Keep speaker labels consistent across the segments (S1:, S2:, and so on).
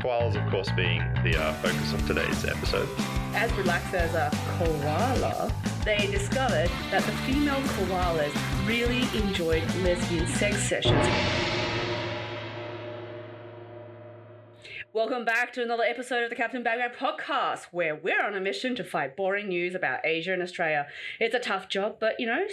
S1: koalas, of course, being the uh, focus of today's episode.
S2: As relaxed as a koala, they discovered that the female koalas really enjoyed lesbian sex sessions. Welcome back to another episode of the Captain Bagman podcast, where we're on a mission to fight boring news about Asia and Australia. It's a tough job, but you know,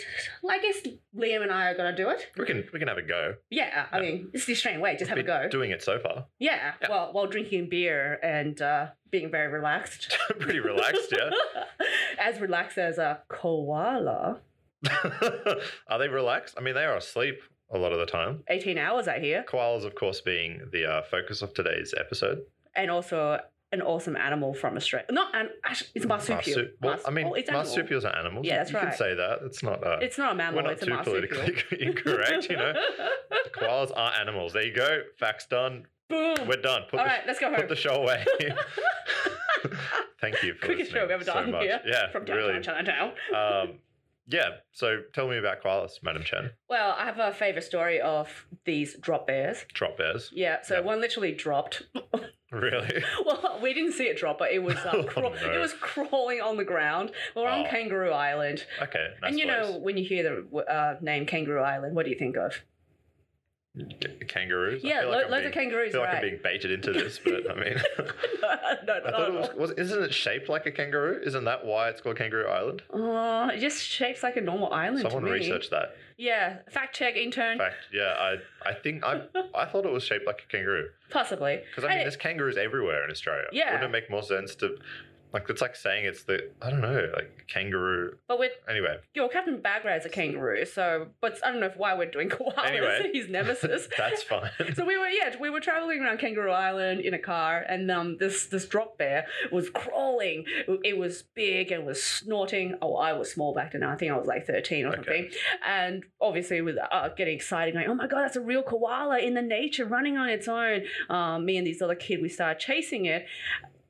S2: I guess Liam and I are going to do it.
S1: We can we can have a go.
S2: Yeah, I
S1: Yeah.
S2: mean, it's the Australian way, just have a
S1: Been
S2: go.
S1: Doing it so far,
S2: Yeah,
S1: Yeah.
S2: well, while drinking beer and uh, being very relaxed.
S1: pretty relaxed. Yeah.
S2: as relaxed as a koala.
S1: are they relaxed? I mean, they are asleep a lot of the time.
S2: 18 hours, I hear.
S1: Koalas, of course, being the uh, focus of today's episode.
S2: And also an awesome animal from Australia. Not an, actually, it's a marsupial.
S1: Marsu- well,
S2: Mars-
S1: I mean,
S2: well, it's animal.
S1: marsupials are animals.
S2: Yeah, that's
S1: you
S2: right.
S1: can say that. It's not. Uh,
S2: It's not a mammal,
S1: we're not
S2: it's a
S1: too
S2: marsupial.
S1: politically incorrect, you know. Koalas are animals. There you go. Facts done.
S2: Boom.
S1: We're done. Put,
S2: All
S1: the,
S2: right, let's go home.
S1: put the show away. Thank you for
S2: Quickest
S1: listening
S2: show we've ever
S1: so
S2: done
S1: much.
S2: here
S1: Yeah,
S2: From downtown
S1: really.
S2: Chinatown.
S1: Um, yeah. So tell me about koalas, Madam Chen.
S2: Well, I have a favourite story of these drop bears.
S1: Drop bears.
S2: Yeah, so
S1: Yeah.
S2: one literally dropped.
S1: Really?
S2: Well, we didn't see it drop, but it was uh,
S1: Oh,
S2: craw-
S1: no.
S2: it was crawling on the ground. We were on
S1: Oh.
S2: Kangaroo Island,
S1: Okay. Nice
S2: and you
S1: place.
S2: know when you hear the uh, name Kangaroo Island, what do you think of?
S1: K- kangaroos. I
S2: yeah,
S1: feel
S2: lo-
S1: like I'm
S2: loads
S1: being,
S2: of kangaroos,
S1: I feel like
S2: right?
S1: I'm being baited into this, but I mean,
S2: no,
S1: I thought
S2: no, not
S1: it
S2: at
S1: was,
S2: all.
S1: was. Isn't it shaped like a kangaroo? Isn't that why it's called Kangaroo Island?
S2: Uh, it just shapes like a normal island.
S1: Someone
S2: to me.
S1: researched that.
S2: Yeah, fact check intern,
S1: In fact, yeah, I I think I I thought it was shaped like a kangaroo
S2: possibly.
S1: because I
S2: And
S1: mean
S2: it-
S1: there's kangaroos everywhere in Australia.
S2: Yeah.
S1: wouldn't it make more sense to like it's like saying it's the I don't know like kangaroo
S2: but with
S1: anyway.
S2: your Captain Bagrad's a kangaroo, so but I don't know why we're doing koalas.
S1: Anyway.
S2: his nemesis.
S1: That's fine.
S2: So we were yeah we were traveling around Kangaroo Island in a car and um this this drop bear was crawling it was big and was snorting oh I was small back then I think I was like thirteen or
S1: Okay.
S2: something and obviously with uh, getting excited going oh my god that's a real koala in the nature running on its own um, me and this other kid we started chasing it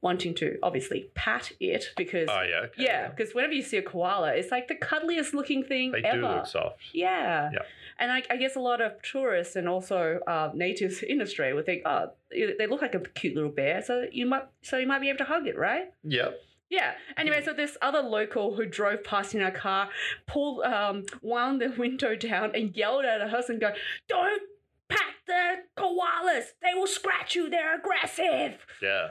S2: wanting to obviously pat it because
S1: oh yeah. okay,
S2: yeah because whenever you see a koala it's like the cuddliest looking thing
S1: They
S2: ever
S1: do look soft.
S2: yeah.
S1: Yeah.
S2: And I, I guess a lot of tourists and also uh, natives in Australia would think, oh, they look like a cute little bear, so you might so you might be able to hug it, right?
S1: Yep.
S2: Yeah. Anyway, so this other local who drove past in our car pulled, um, wound the window down and yelled at us and go, "Don't pat the koalas! They will scratch you. They're aggressive."
S1: Yeah.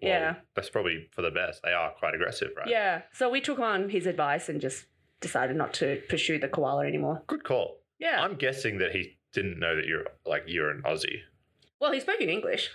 S1: Well,
S2: yeah.
S1: That's probably for the best. They are quite aggressive, right?
S2: Yeah. So we took on his advice and just decided not to pursue the koala anymore.
S1: Good call.
S2: Yeah.
S1: I'm guessing that he didn't know that you're like you're an Aussie.
S2: well, he spoke in English.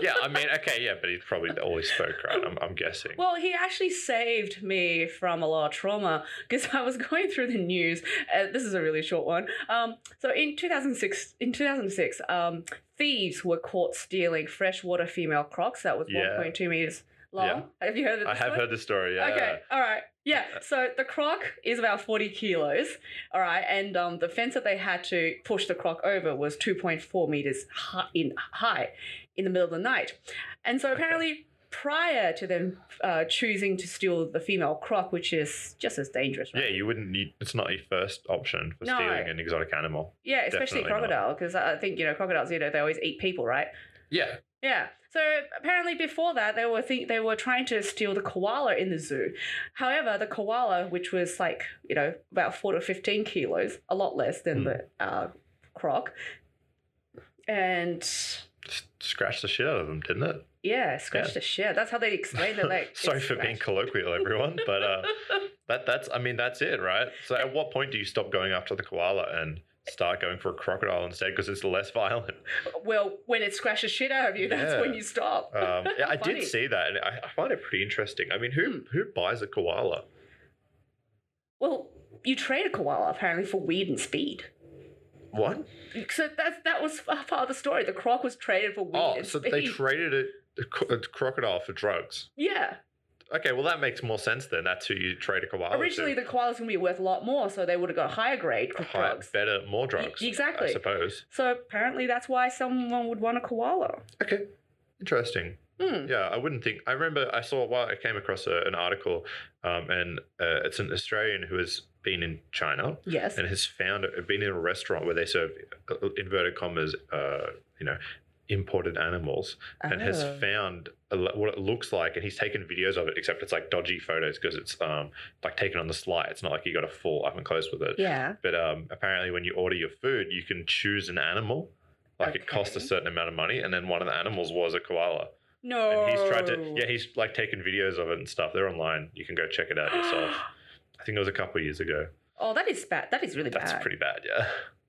S1: Yeah, I mean, okay, yeah, but he probably always spoke right. I'm, I'm guessing.
S2: Well, he actually saved me from a lot of trauma because I was going through the news. Uh, this is a really short one. Um, so in 2006, in 2006, um, thieves were caught stealing freshwater female crocs that was
S1: Yeah.
S2: 1.2 meters long. Have you heard of this?
S1: I have
S2: one?
S1: heard the story. Yeah.
S2: Okay, all right. Yeah, so the croc is about 40 kilos, all right, and um, the fence that they had to push the croc over was 2.4 meters high in, high in the middle of the night. And so apparently, prior to them uh, choosing to steal the female croc, which is just as dangerous,
S1: Yeah,
S2: right?
S1: you wouldn't need. It's not your first option for
S2: No.
S1: stealing an exotic animal.
S2: Yeah,
S1: Definitely
S2: especially
S1: not.
S2: crocodile, because I think, you know, crocodiles, you know, they always eat people, right?
S1: Yeah.
S2: Yeah. So apparently, before that, they were think they were trying to steal the koala in the zoo. However, the koala, which was like you know about four to fifteen kilos, a lot less than
S1: Hmm.
S2: the uh, croc, and
S1: s- Scratched the shit out of them, didn't it?
S2: yeah, scratched the shit. That's how they explained it. Like
S1: Sorry
S2: it's
S1: for being
S2: scratched.
S1: colloquial, everyone, but uh, that that's. I mean, that's it, right? So, at what point do you stop going after the koala and start going for a crocodile instead because it's less violent?
S2: well, when it scratched the shit out of you, that's
S1: Yeah.
S2: when you stop.
S1: Um, yeah, I
S2: Funny. Hmm.
S1: did see that, and I, I find it pretty interesting. I mean, who who buys a koala?
S2: well, you trade a koala apparently for weed and speed.
S1: What?
S2: So that's that was part of the story. The croc was traded for weed.
S1: Oh,
S2: and
S1: so
S2: speed.
S1: they traded it. A co- a crocodile for drugs.
S2: yeah.
S1: Okay, well that makes more sense then. That's who you trade a koala to.
S2: Originally, the koala's gonna be worth a lot more, so they would have got higher grade cr-
S1: Higher-
S2: drugs. E,
S1: better, more drugs.
S2: exactly.
S1: I suppose.
S2: So apparently, that's why someone would want a koala.
S1: Okay, interesting.
S2: Hmm.
S1: Yeah, I wouldn't think. I remember I saw while I came across a, an article, um, and uh, it's an Australian who has been in China
S2: Yes.
S1: and has found been in a restaurant where they serve uh, inverted commas, uh, you know, imported animals and has
S2: Oh.
S1: found a lo- what it looks like, and he's taken videos of it. Except it's like dodgy photos because it's um like taken on the sly. It's not like you got a full up and close with it.
S2: Yeah.
S1: But um, apparently, when you order your food, you can choose an animal. Like it costs a
S2: Okay.
S1: certain amount of money, and then one of the animals was a koala.
S2: No.
S1: And he's tried to, yeah, he's like taken videos of it and stuff. They're online. You can go check it out yourself. I think it was a couple of years ago.
S2: oh, that is bad. That is really
S1: That's
S2: bad.
S1: pretty bad, yeah.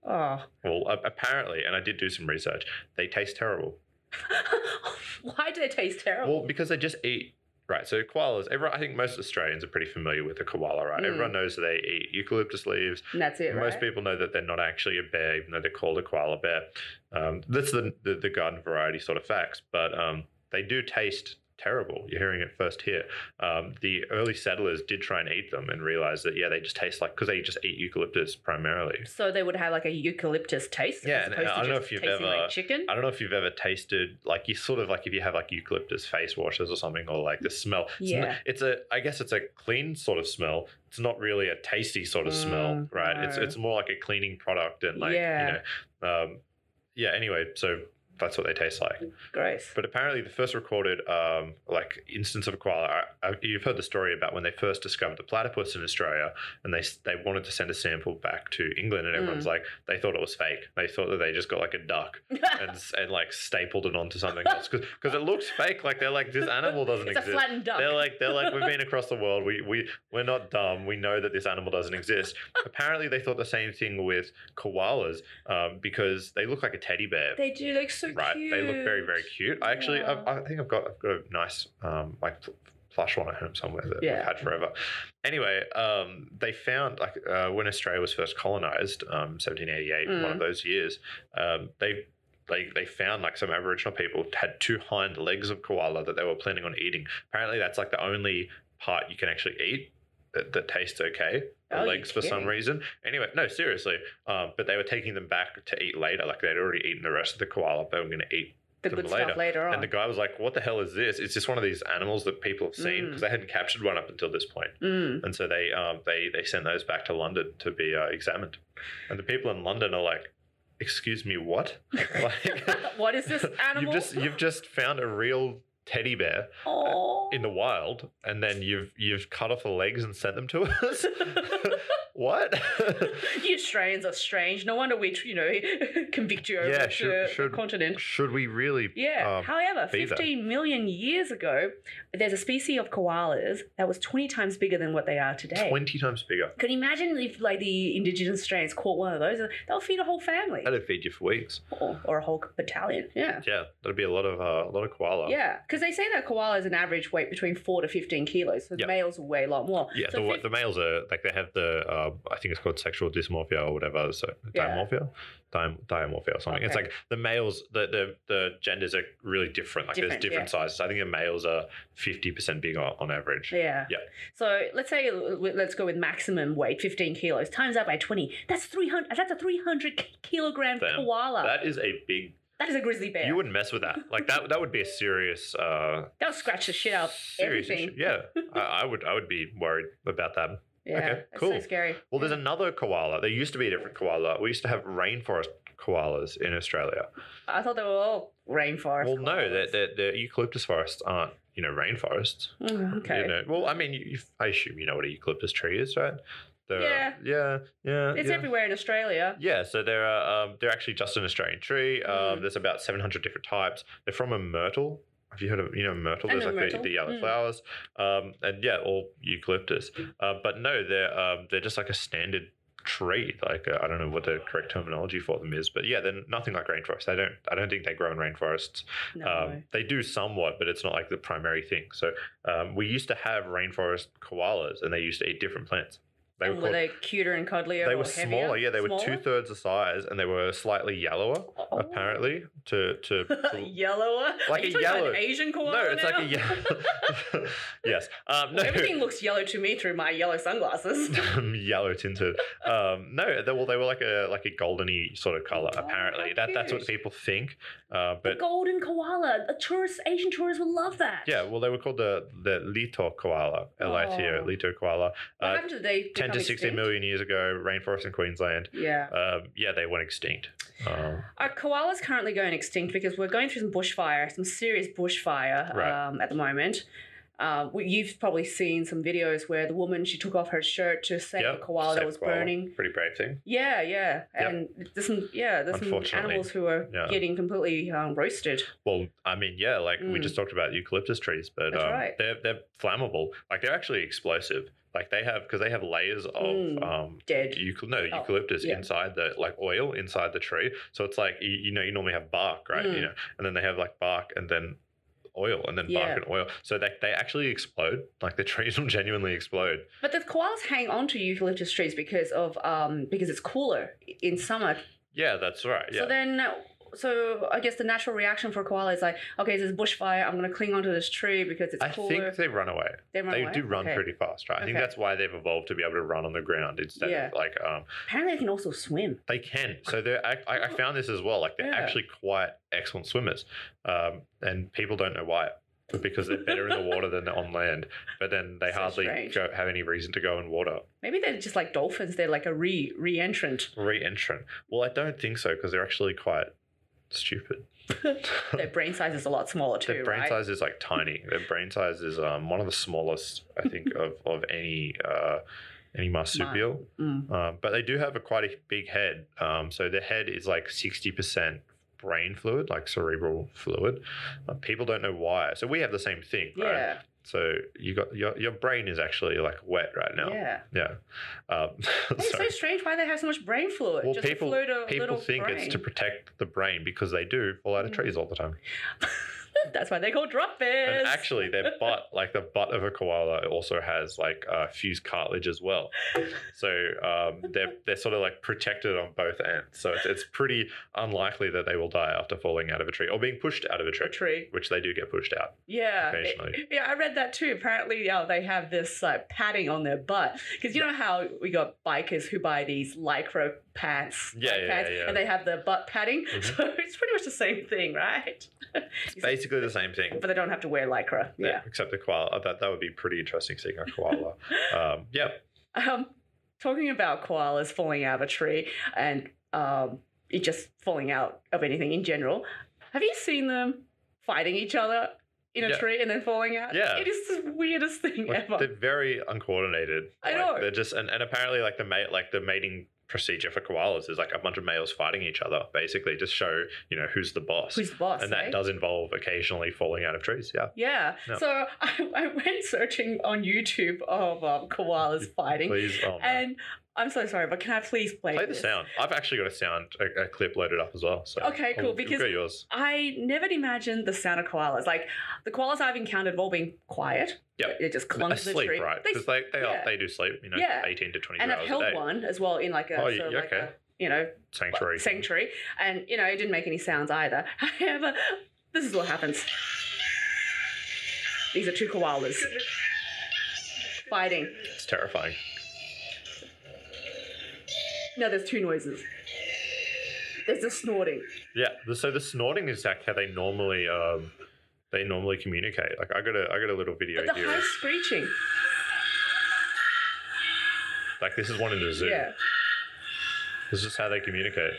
S2: oh.
S1: Well, a- apparently, and I did do some research, they taste terrible.
S2: Why do they taste terrible?
S1: Well, because they just eat. Right, so koalas. Everyone, I think most Australians are pretty familiar with a koala, right?
S2: Mm.
S1: Everyone knows that they eat eucalyptus leaves.
S2: And that's it,
S1: Most
S2: right?
S1: people know that they're not actually a bear, even though they're called a koala bear. Um, that's the, the the garden variety sort of facts, but um, they do taste terrible. You're hearing it first here. Um, the early settlers did try and eat them and realized that yeah, they just taste like because they just eat eucalyptus primarily.
S2: so they would have like a eucalyptus taste.
S1: Yeah,
S2: as
S1: and uh,
S2: opposed
S1: I
S2: to
S1: don't know
S2: just
S1: if you've
S2: tasting
S1: ever-
S2: like chicken.
S1: I don't know if you've ever tasted like you sort of like if you have like eucalyptus face washes or something or like the smell. It's, n-
S2: Yeah.
S1: it's a I guess it's a clean sort of smell. It's not really a tasty sort of smell,
S2: Mm,
S1: right? It's
S2: no.
S1: it's more like a cleaning product and like
S2: Yeah.
S1: you know, um, yeah. Anyway, so that's what they taste like.
S2: Gross.
S1: But apparently, the first recorded um, like instance of a koala, I, I, you've heard the story about when they first discovered the platypus in Australia, and they s- they wanted to send a sample back to England, and
S2: Mm.
S1: everyone's like, they thought it was fake. They thought that they just got like a duck and s- and like stapled it onto something else because it looks fake. Like they're like this animal doesn't
S2: it's a
S1: exist.
S2: flattened duck.
S1: They're like they're like we've been across the world. We we we're not dumb. We know that this animal doesn't exist. Apparently, they thought the same thing with koalas um, because they look like a teddy bear.
S2: They do look so
S1: right,
S2: cute.
S1: they look very very cute. I actually
S2: Yeah.
S1: I, I think I've got I've got a nice um, like pl- plush one at home somewhere that
S2: Yeah.
S1: I've had forever. Anyway, um, they found like uh, when Australia was first colonized, um, 1788, one
S2: Mm.
S1: of those years, um, they. They, they found like some Aboriginal people had two hind legs of koala that they were planning on eating. Apparently, that's like the only part you can actually eat that, that tastes okay. The
S2: Oh, you
S1: legs for some
S2: kidding.
S1: reason. Anyway, no, seriously. Um, but they were taking them back to eat later. Like they'd already eaten the rest of the koala, but they were going to eat.
S2: the
S1: them
S2: good
S1: later.
S2: stuff later on.
S1: And the guy was like, "What the hell is this? It's just one of these animals that people have seen
S2: Mm.
S1: because they hadn't captured one up until this point."
S2: Mm.
S1: And so they um, they they sent those back to London to be uh, examined. And the people in London are like, "Excuse me, what? like,
S2: Mm. what is this
S1: you've
S2: animal?
S1: just you've just found a real teddy bear."
S2: oh.
S1: in the wild and then you've you've cut off the legs and sent them to us what
S2: you Australians are strange. No wonder we, you know, convict you over
S1: Yeah,
S2: to
S1: should-
S2: the
S1: should-
S2: continent.
S1: should we really
S2: Yeah.
S1: um,
S2: However,
S1: be there.
S2: 15 million years ago, there's a species of koalas that was 20 times bigger than what they are today.
S1: 20 times bigger
S2: Could you imagine if, like, the indigenous Australians caught one of those? They'll feed a whole family
S1: that'd feed you for weeks
S2: or, or a whole battalion. Yeah.
S1: yeah that'd be a lot of uh, a lot of koala
S2: Yeah, because they say that koalas an average weight between four to fifteen kilos. So the
S1: Yeah.
S2: males weigh a lot more.
S1: yeah,
S2: so
S1: the, wa-
S2: fif-
S1: the males are like they have the uh, I think it's called sexual dysmorphia or whatever, so
S2: Yeah.
S1: dimorphia, Dim- diamorphia or something. It's
S2: Okay.
S1: like the males, the, the the genders are really different. Like
S2: Different,
S1: there's different sizes. I think the males are fifty percent bigger on average.
S2: Yeah.
S1: Yeah.
S2: So let's say let's go with maximum weight, fifteen kilos, times that by twenty. That's three hundred. That's a three hundred kilogram
S1: Damn.
S2: koala.
S1: That is a big
S2: that is a grizzly bear.
S1: You wouldn't mess with that. Like that that would be a serious uh
S2: That'll scratch the shit out of
S1: serious
S2: everything.
S1: issue. Yeah. I, I would I would be worried about that.
S2: Yeah.
S1: Okay,
S2: That's
S1: cool.
S2: so scary.
S1: Well, there's
S2: Yeah.
S1: another koala. There used to be a different koala. We used to have rainforest koalas in Australia.
S2: I thought they were all rainforest.
S1: well, no,
S2: koalas.
S1: the, the, the eucalyptus forests aren't, you know, rainforests.
S2: Mm, okay.
S1: You know, well, I mean, you, you, I assume you know what a eucalyptus tree is, right? There
S2: Yeah.
S1: Are, yeah. Yeah.
S2: it's
S1: yeah.
S2: everywhere in Australia.
S1: Yeah, so they're uh, um, they're actually just an Australian tree. Um,
S2: Mm.
S1: There's about 700 different types. They're from a myrtle. Have you heard of you know myrtle?
S2: I
S1: There's
S2: know
S1: like
S2: myrtle.
S1: The, the yellow
S2: Mm.
S1: flowers, um, and yeah, all eucalyptus. Uh, but no, they're um, they're just like a standard tree. Like uh, I don't know what the correct terminology for them is, but yeah, they're nothing like rainforests. I don't I don't think they grow in rainforests.
S2: Oh, No.
S1: Um, they do somewhat, but it's not like the primary thing. So um, we used to have rainforest koalas, and they used to eat different plants. They
S2: and
S1: were
S2: were,
S1: called
S2: they cuter and cuddlier?
S1: they
S2: or
S1: were
S2: heavier?
S1: smaller. Yeah, they were two
S2: Smaller?
S1: thirds the size, and they were slightly yellower.
S2: Oh.
S1: Apparently, to to, to
S2: Yellower,
S1: Like
S2: Are you
S1: a
S2: talking about an
S1: yellow.
S2: Asian koala.
S1: no, it's like a
S2: now?
S1: yellow. yes, um, no,
S2: Well, Everything looks yellow to me through my yellow sunglasses.
S1: Um, yellow tinted. Um, no, they, well, they were like a like a goldeny sort of color.
S2: Oh,
S1: Apparently,
S2: how
S1: that that's what
S2: cute.
S1: people think. Uh,
S2: The
S1: but
S2: golden koala. A tourist, Asian tourists will love that.
S1: yeah, well, they were called the the Lito koala, L I T O,
S2: Oh.
S1: Lito koala.
S2: What
S1: Uh,
S2: happened to they?
S1: Ten
S2: become
S1: to sixteen
S2: extinct?
S1: million years ago, rainforest in Queensland.
S2: Yeah.
S1: Um, yeah, they went extinct. Um,
S2: Our koala's currently going extinct because we're going through some bushfire, some serious bushfire
S1: Right.
S2: um, at the moment. Uh, we- you've probably seen some videos where the woman she took off her shirt to save
S1: yep,
S2: a koala
S1: save
S2: that was
S1: koala.
S2: burning.
S1: Pretty brave thing.
S2: Yeah, yeah,
S1: Yep.
S2: and there's some yeah, there's some
S1: Unfortunately,
S2: animals who are
S1: yeah.
S2: getting completely um, roasted.
S1: Well, I mean, yeah, like we
S2: Mm.
S1: just talked about eucalyptus trees, but
S2: That's
S1: um,
S2: right.
S1: they're they're flammable. Like they're actually explosive. Like they have because they have layers of
S2: Mm.
S1: um,
S2: Dead.
S1: eucal- no
S2: Oh,
S1: eucalyptus
S2: yeah.
S1: inside the like oil inside the tree. So it's like you, you know you normally have bark, right?
S2: Mm.
S1: You know, and then they have like bark and then oil and then
S2: Yeah.
S1: bark and oil. So they they actually explode. Like the trees will genuinely explode.
S2: But the koalas hang on to eucalyptus trees because of um because it's cooler in summer.
S1: Yeah, that's right. Yeah.
S2: So then. So I guess the natural reaction for a koala is like, okay, there's bushfire. I'm gonna cling onto this tree because it's
S1: I
S2: cooler.
S1: think they run away.
S2: They run
S1: they
S2: away?
S1: do run
S2: Okay.
S1: pretty fast, right? I think
S2: Okay.
S1: that's why they've evolved to be able to run on the ground instead
S2: Yeah.
S1: of like um
S2: Apparently, they can also swim.
S1: They can. So they're. I, I I found this as well. Like they're
S2: Yeah.
S1: actually quite excellent swimmers, um, and people don't know why, because they're better in the water than they're on land. But then they
S2: So
S1: hardly
S2: strange.
S1: go, have any reason to go in water.
S2: Maybe they're just like dolphins. They're like a re re-entrant.
S1: Re-entrant. Well, I don't think so because they're actually quite stupid.
S2: Their brain size is a lot smaller too,
S1: Their brain
S2: right?
S1: size is like tiny. Their brain size is um, one of the smallest, I think, of of any uh, any marsupial.
S2: Mm.
S1: Um, but they do have a quite a big head. Um, so the head is like 60% brain fluid, like cerebral fluid. Uh, people don't know why. So we have the same thing, right?
S2: Yeah,
S1: So you got your, your brain is actually like wet right now.
S2: yeah.
S1: Yeah. Um,
S2: It's
S1: so
S2: so strange why they have so much brain fluid.
S1: Well,
S2: just
S1: people-
S2: a fluid of
S1: people
S2: little
S1: think
S2: brain.
S1: it's to protect the brain because they do fall out of
S2: Mm.
S1: trees all the time.
S2: That's why they call drop bears.
S1: And actually, their butt, like the butt of a koala, also has like uh, fused cartilage as well. So um, they're they're sort of like protected on both ends. So it's, it's pretty unlikely that they will die after falling out of a tree or being pushed out of a
S2: a
S1: tree,
S2: tree.
S1: which they do get pushed out.
S2: Yeah. eh,
S1: Occasionally.
S2: Yeah, I read that too. Apparently, yeah, they have this like padding on their butt because you know how we got bikers who buy these lycra pants,
S1: Yeah,
S2: bike
S1: yeah,
S2: pants,
S1: yeah.
S2: and they have the butt padding.
S1: Mhm.
S2: So it's pretty much the same thing, right?
S1: It's basically the same thing.
S2: But they don't have to wear lycra. Yeah.
S1: Except the koala. uh, That that would be pretty interesting seeing a koala. um, yeah.
S2: Um, talking about koalas falling out of a tree and um, it just falling out of anything in general, have you seen them fighting each other in a
S1: Yeah.
S2: tree and then falling out?
S1: Yeah.
S2: It is the weirdest thing
S1: Like,
S2: ever.
S1: they're very uncoordinated.
S2: I
S1: Like,
S2: know.
S1: They're just and, and apparently like the mate like the mating procedure for koalas is like a bunch of males fighting each other, basically just show you know who's the boss.
S2: Who's the boss?
S1: and that
S2: eh?
S1: does involve occasionally falling out of trees. Yeah,
S2: Yeah.
S1: No.
S2: So I, I went searching on YouTube of um, koalas fighting.
S1: please. Oh, no.
S2: And I'm so sorry, but can I please play,
S1: Play the
S2: this?
S1: sound. I've actually got a sound a, a clip loaded up as well. So
S2: Okay, cool,
S1: We'll- we'll
S2: because-
S1: go yours.
S2: I never imagined the sound of koalas. Like the koalas I've encountered have all been quiet.
S1: Yep.
S2: They just clung to the
S1: Sleep,
S2: tree.
S1: right?
S2: They
S1: Because they they,
S2: yeah.
S1: are, they do sleep. You know,
S2: Yeah.
S1: eighteen to twenty
S2: and I've
S1: hours a
S2: held
S1: day.
S2: one as well in like a
S1: Oh,
S2: sort
S1: yeah,
S2: of like
S1: okay.
S2: a, you know
S1: Sanctuary.
S2: sanctuary, and you know it didn't make any sounds either. However, this is what happens. These are two koalas fighting.
S1: It's terrifying.
S2: No, there's two noises. There's the snorting.
S1: Yeah. the- So the snorting is like how they normally um they normally communicate. Like I got a I got a little video
S2: But the
S1: here.
S2: high screeching.
S1: Like this is one in the zoo.
S2: Yeah.
S1: This is how they communicate.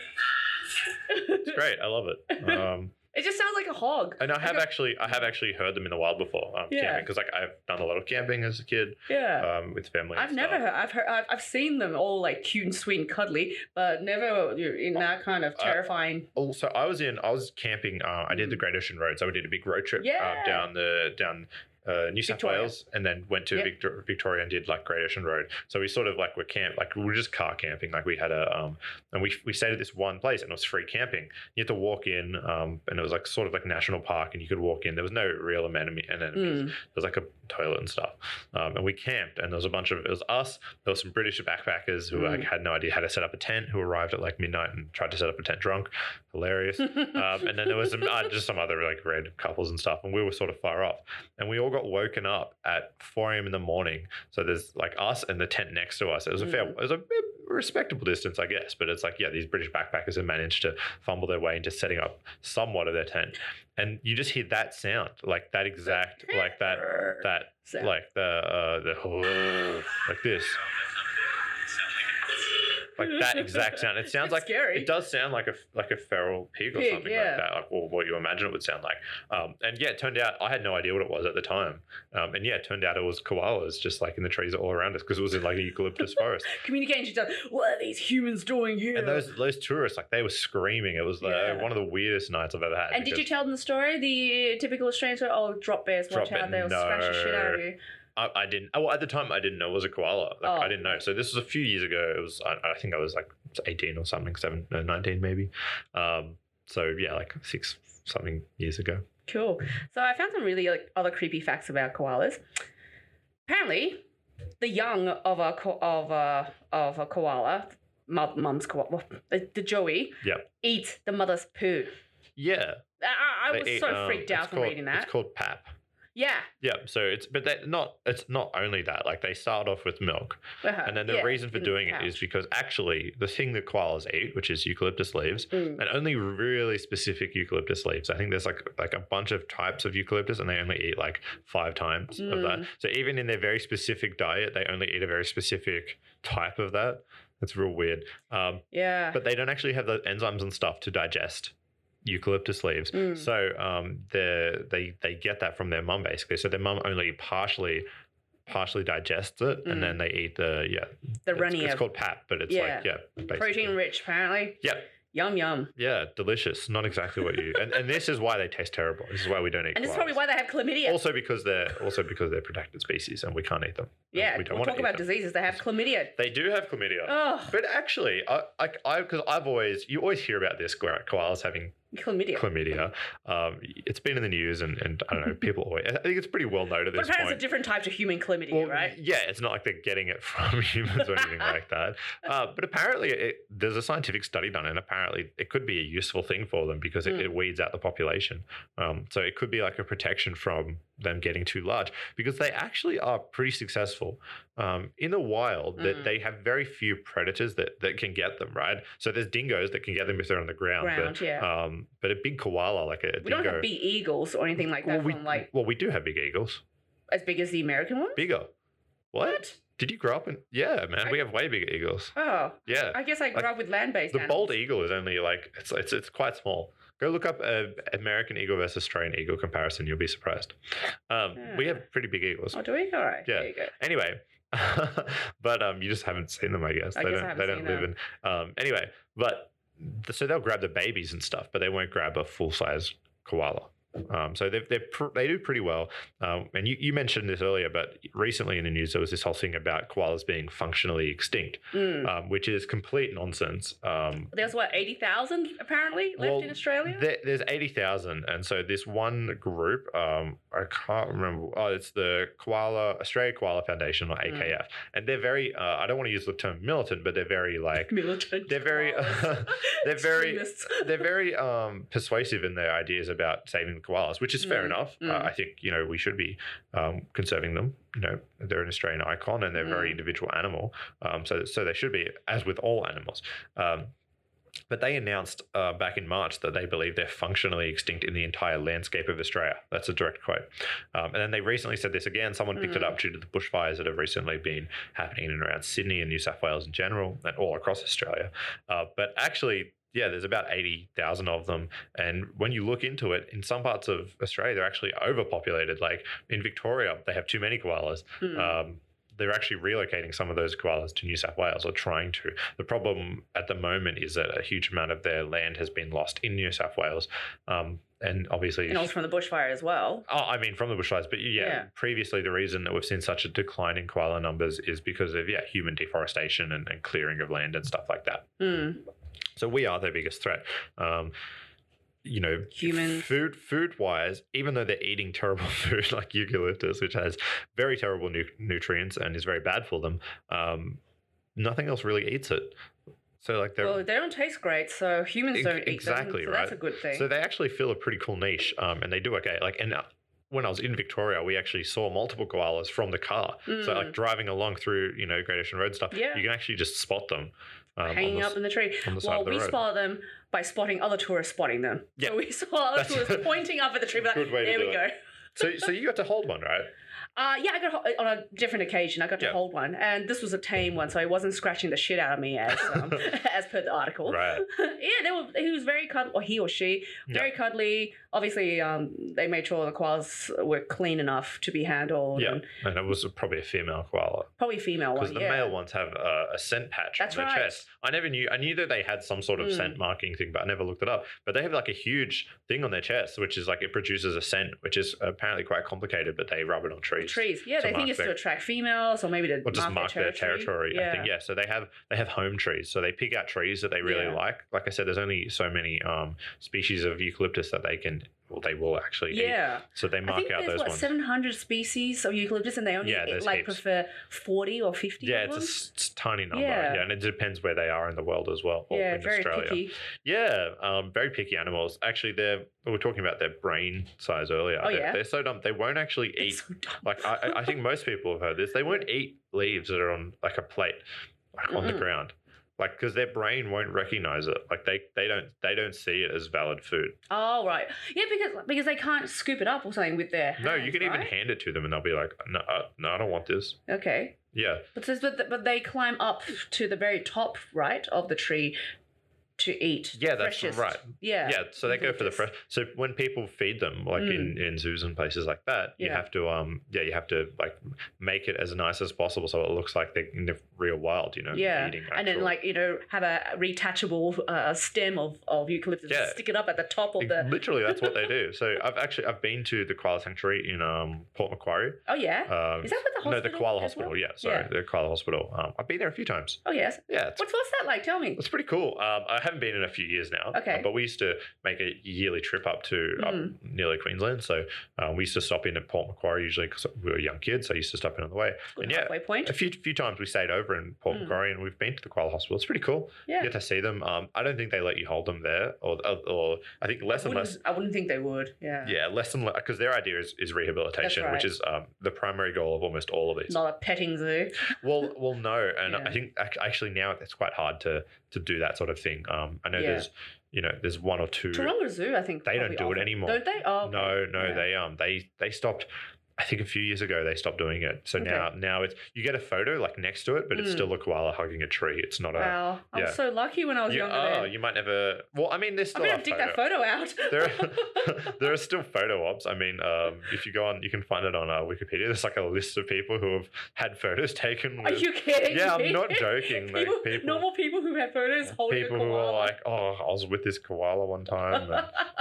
S1: It's great. I love it. Um,
S2: It just sounds like a hog.
S1: and I have
S2: Like
S1: actually I have actually heard them in the wild before. Um,
S2: Yeah.
S1: because like I've done a lot of camping as a kid.
S2: a- Yeah.
S1: um, with family.
S2: I've
S1: and
S2: never
S1: stuff.
S2: heard. I've heard. I've, I've seen them all like cute and sweet and cuddly, but never in that kind of
S1: I-
S2: terrifying.
S1: Also, Oh, I was in. I was camping. Uh, I did the Great Ocean Road, so we did a big road trip
S2: Mm. Yeah.
S1: um, down the down. Uh, New South
S2: Victoria.
S1: Wales, and then went to
S2: Yep.
S1: Victor- Victoria and did like Great Ocean Road. So we sort of like were camp, like we were just car camping. Like we had a um, and we we stayed at this one place, and it was free camping. You had to walk in, um, and it was like sort of like national park, and you could walk in. There was no real enemy, and uh, enemies.
S2: Mm.
S1: There was like a toilet and stuff. Um, and we camped, and there was a bunch of it was us. There were some British backpackers who like had no idea how to set up a tent, who arrived at like midnight and tried to set up a tent drunk. Hilarious.
S2: hmm.
S1: Um, and then there was some, uh, just some other like random couples and stuff, and we were sort of far off. And we all got woken up at 4 a.m. in the morning. So there's like us and the tent next to us. It was a fair,
S2: Mm.
S1: it was a bit respectable distance, I guess. But it's like, yeah, these British backpackers have managed to fumble their way into setting up somewhat of their tent, and you just hear that sound, like that exact, like that, that,
S2: So-
S1: like the, uh, the, like this. like that exact sound. It sounds
S2: It's
S1: like
S2: scary.
S1: It does sound like a like a feral pig or
S2: Pig,
S1: something
S2: yeah.
S1: like that, like, or what you imagine it would sound like. Um, and yeah, it turned out I had no idea what it was at the time. Um, and yeah, it turned out it was koalas just like in the trees all around us because it was in like a eucalyptus forest.
S2: Communicating to each other, what are these humans doing here?
S1: And those those tourists like they were screaming. It was like
S2: Yeah.
S1: one of the weirdest nights I've ever had.
S2: and did you
S1: because
S2: tell them the story? The typical Australians were, oh, drop bears, watch
S1: Drop
S2: out,
S1: it,
S2: they'll smash the shit out of
S1: no.
S2: you.
S1: I, I didn't. Oh, well, at the time I didn't know it was a koala. Like,
S2: Oh.
S1: I didn't know. So this was a few years ago. It was I, I think I was like eighteen or something, seven, no, nineteen maybe. Um, so yeah, like six something years ago.
S2: Cool. So I found some really like other creepy facts about koalas. Apparently, the young of a ko- of a of a koala, mum- mum's koala, the, the joey,
S1: Yep.
S2: eats the mother's poo.
S1: Yeah,
S2: I, I
S1: they
S2: was
S1: eat,
S2: so
S1: um, it's
S2: freaked out from
S1: called-
S2: reading that.
S1: It's called pap.
S2: yeah.
S1: Yeah, so it's but that not it's not only that. Like they start off with milk,
S2: uh-huh,
S1: and then the
S2: yeah,
S1: reason for
S2: in the
S1: doing it
S2: pouch.
S1: is because actually the thing that koalas eat, which is eucalyptus leaves,
S2: Mm.
S1: and only really specific eucalyptus leaves. I think there's like like a bunch of types of eucalyptus, and they only eat like five times of
S2: Hmm.
S1: that. So even in their very specific diet, they only eat a very specific type of that. That's real weird. Um,
S2: Yeah.
S1: but they don't actually have the enzymes and stuff to digest eucalyptus leaves.
S2: Mm.
S1: So um, they're- they they get that from their mum basically. So their mum only partially partially digests it,
S2: Mm.
S1: and then they eat the yeah.
S2: the
S1: it's-
S2: runny
S1: It's, called pap, but it's like yeah, basically.
S2: protein rich, apparently.
S1: Yep.
S2: Yum yum.
S1: Yeah, delicious. Not exactly what you. And, and this is why they taste terrible. This is why we don't eat.
S2: And this is
S1: koalas.
S2: probably why they have chlamydia.
S1: Also because they're also because they're protected species and we can't eat them.
S2: yeah.
S1: we don't
S2: we'll
S1: want
S2: talk
S1: to eat
S2: about
S1: them.
S2: diseases. They have chlamydia.
S1: They do have chlamydia.
S2: Oh,
S1: But actually, I I because I've always you always hear about this koala- koalas having
S2: chlamydia.
S1: chlamydia. Um, it's been in the news, and, and I don't know, people always. I think it's pretty well known at
S2: but
S1: this
S2: apparently,
S1: point.
S2: it's a different type of human chlamydia,
S1: Well,
S2: right?
S1: Yeah, it's not like they're getting it from humans or anything like that. Uh, but apparently, it, there's a scientific study done, and apparently, it could be a useful thing for them because it,
S2: Mm.
S1: it weeds out the population. Um, so it could be like a protection from them getting too large because they actually are pretty successful um, in the wild. That
S2: Mm.
S1: they have very few predators that that can get them. Right. So there's dingoes that can get them if they're on the ground. but
S2: Ground, yeah.
S1: um, but a big koala, like a
S2: We
S1: dingo.
S2: don't have big eagles or anything like that
S1: well, we,
S2: from like
S1: well, we do have big eagles.
S2: as big as the American one.
S1: Bigger. What? Did you grow up in? Yeah, man, we have way bigger eagles.
S2: Oh,
S1: Yeah,
S2: I guess I grew
S1: Like,
S2: up with land-based.
S1: the
S2: animals.
S1: bald eagle is only like it's it's it's quite small. Go look up a American eagle versus Australian eagle comparison. You'll be surprised. Um, We
S2: Yeah.
S1: have pretty big eagles.
S2: Oh, do we? All right.
S1: Yeah.
S2: There you go.
S1: Anyway, but um, you just haven't seen them, I guess.
S2: I
S1: they
S2: guess I
S1: don't.
S2: haven't
S1: they don't
S2: seen
S1: live in. Um, anyway, but th- so they'll grab the babies and stuff, but they won't grab a full size koala. Um, so they they pr- they do pretty well. Um, and you, you mentioned this earlier, but recently in the news there was this whole thing about koalas being functionally extinct,
S2: Mm.
S1: um, which is complete nonsense. Um,
S2: There's what eighty thousand apparently left
S1: well,
S2: in Australia.
S1: there, there's 80,000. And so this one group, um, I can't remember. Oh, it's the Koala, Australia Koala Foundation or
S2: Mm.
S1: AKF. And they're very, uh, I don't want to use the term militant, but they're very like,
S2: Militant.
S1: they're very, uh,
S2: koalas.
S1: they're very,
S2: Extremists.
S1: they're very um, persuasive in their ideas about saving the koalas, which is fair
S2: Mm,
S1: enough.
S2: mm.
S1: Uh, I think you know we should be um, conserving them. You know, they're an Australian icon and they're a very
S2: Mm.
S1: individual animal, um, so so they should be as with all animals. Um, but they announced uh, back in March that they believe they're functionally extinct in the entire landscape of Australia. That's a direct quote. Um, and then they recently said this again. Someone picked it
S2: Mm.
S1: up due to the bushfires that have recently been happening in and around Sydney and New South Wales in general, and all across Australia. Uh, but actually, yeah, there's about 80,000 of them. And when you look into it, in some parts of Australia, they're actually overpopulated. Like in Victoria, they have too many koalas.
S2: Mm.
S1: Um, they're actually relocating some of those koalas to New South Wales or trying to. The problem at the moment is that a huge amount of their land has been lost in New South Wales. Um, and obviously,
S2: and also from the bushfire as well.
S1: Oh, I mean, from the bushfires, but yeah,
S2: Yeah.
S1: previously the reason that we've seen such a decline in koala numbers is because of yeah human deforestation and, and clearing of land and stuff like that.
S2: Mm.
S1: So we are their biggest threat. Um, you know,
S2: Humans.
S1: food food wise, even though they're eating terrible food like eucalyptus, which has very terrible nu- nutrients and is very bad for them, um, nothing else really eats it. So like they're
S2: Well, they don't taste great, so humans
S1: Ex-
S2: don't eat
S1: exactly,
S2: them. So
S1: right.
S2: that's a good thing.
S1: So they actually fill a pretty cool niche, um, and they do okay. Like, and uh, when I was in Victoria, we actually saw multiple koalas from the car. So like
S2: Mm.
S1: driving along through, you know, Great Ocean Road stuff,
S2: Yeah.
S1: you can actually just spot them um, on
S2: hanging
S1: the
S2: up
S1: s-
S2: in the tree.
S1: on the side
S2: Well,
S1: of the
S2: we
S1: road.
S2: spotted them by spotting other tourists spotting them.
S1: Yeah.
S2: So we saw other
S1: That's-
S2: tourists pointing up at the tree. But like,
S1: Good way to
S2: there
S1: do
S2: we
S1: it.
S2: go.
S1: so, so you got to hold one, right?
S2: Uh, yeah, I got ho- on a different occasion. I got to
S1: Yeah.
S2: hold one, and this was a tame one, so he wasn't scratching the shit out of me as um, as per the article.
S1: Right.
S2: yeah, they were. He was very cuddly, or he or she
S1: Yeah.
S2: very cuddly. Obviously, um, they made sure the koalas were clean enough to be handled.
S1: Yeah.
S2: and
S1: And it was probably a female koala.
S2: probably female
S1: Because
S2: one.
S1: the
S2: Oh, yeah.
S1: male ones have a, a scent patch
S2: That's
S1: on their
S2: right.
S1: chest. I never knew. I knew that they had some sort of
S2: Mm.
S1: scent marking thing, but I never looked it up. But they have like a huge thing on their chest, which is like it produces a scent, which is apparently quite complicated. But they rub it on trees,
S2: trees. Yeah,
S1: to
S2: they
S1: mark
S2: think it's to
S1: their-
S2: attract females, or maybe to
S1: or just mark,
S2: their
S1: their territory. I think yeah. So they have they have home trees. So they pick out trees that they really
S2: Yeah.
S1: like. Like I said, there's only so many um, species of eucalyptus that they can. Well, they will actually eat.
S2: Yeah.
S1: So they
S2: I
S1: mark
S2: think
S1: out
S2: there's
S1: those
S2: what
S1: ones.
S2: 700 species of eucalyptus, and they only
S1: Yeah, there's
S2: like
S1: heaps.
S2: prefer 40 or 50.
S1: yeah, it's
S2: of
S1: a
S2: them.
S1: s- s- tiny number.
S2: Yeah.
S1: Yeah. and it depends where they are in the world as well. or
S2: yeah,
S1: in
S2: very
S1: Australia.
S2: picky.
S1: Yeah, um, very picky animals. Actually, they're we were talking about their brain size earlier.
S2: Oh,
S1: they're,
S2: yeah?
S1: they're so dumb. They won't actually eat.
S2: It's so dumb.
S1: like I, I- I think most people have heard this. They won't eat leaves that are on like a plate, like on the
S2: Mm-mm.
S1: ground, like because their brain won't recognize it. Like they they don't they don't see it as valid food.
S2: Oh right, yeah, because because they can't scoop it up or something with their.
S1: no, you
S2: hands,
S1: can even
S2: right?
S1: hand it to them and they'll be like, no, uh, no, I don't want this.
S2: Okay,
S1: Yeah,
S2: but says but, but they climb up to the very top right of the tree to eat.
S1: Yeah, that's
S2: freshest.
S1: right.
S2: Yeah.
S1: yeah. so they go for the
S2: eucalyptus.
S1: fresh. So when people feed them, like in, in zoos and places like that, you
S2: Yeah.
S1: have to um yeah you have to like make it as nice as possible so it looks like they're in the real wild, you know.
S2: Yeah,
S1: eating
S2: and then
S1: actual-
S2: like you know have a reattachable uh, stem of, of eucalyptus
S1: Yeah.
S2: stick it up at the top of
S1: Like,
S2: the
S1: literally that's what they do. So I've actually I've been to the koala sanctuary in um Port Macquarie.
S2: oh yeah
S1: Um,
S2: is that what
S1: no,
S2: the hospital
S1: the koala
S2: as well?
S1: hospital. Yeah, sorry, the koala hospital. Um, I've been there a few times.
S2: oh yes
S1: Yeah, it's
S2: what's what's that like tell me
S1: It's pretty cool. Um, I haven't been in a few years now.
S2: Okay.
S1: uh, But we used to make a yearly trip up to up
S2: Mm.
S1: nearly Queensland. So um, we used to stop in at Port Macquarie usually because we were young kids. So I used to stop in on the way.
S2: Good
S1: and yeah,
S2: halfway point
S1: A few few times we stayed over in Port
S2: Mm.
S1: Macquarie and we've been to the Koala Hospital. It's pretty cool.
S2: yeah
S1: You get to see them. Um, I don't think they let you hold them there, or or, or I think less and
S2: wouldn't-
S1: less.
S2: I wouldn't think they would. Yeah.
S1: Yeah, less and less because their idea is, is rehabilitation,
S2: right.
S1: which is um, the primary goal of almost all of these.
S2: Not a petting zoo.
S1: Well, well, no, and
S2: Yeah.
S1: I think ac- actually now it's quite hard to to do that sort of thing. Um, I know
S2: Yeah.
S1: there's, you know, there's one or two.
S2: Taronga Zoo, I think.
S1: They don't
S2: probably
S1: do it
S2: offer-
S1: anymore.
S2: Don't they? Oh, okay.
S1: No, no,
S2: Yeah.
S1: they um they they stopped. I think a few years ago they stopped doing it. So
S2: Okay.
S1: now now it's you get a photo like next to it, but it's
S2: Mm.
S1: still a koala hugging a tree. It's not a.
S2: Wow. I was
S1: yeah.
S2: so lucky when I was
S1: you,
S2: younger.
S1: oh,
S2: then.
S1: you might never. Well, I mean, there's
S2: I'm
S1: still
S2: going
S1: a
S2: to dig that photo out.
S1: There- there are still photo ops. I mean, um, if you go on, you can find it on uh, Wikipedia. There's like a list of people who have had photos taken.
S2: Are
S1: With,
S2: you kidding?
S1: yeah,
S2: me?
S1: I'm not joking. Like
S2: People,
S1: people,
S2: Normal people who have photos holding
S1: people
S2: a
S1: who are
S2: koala.
S1: like, oh, I was with this koala one time. And,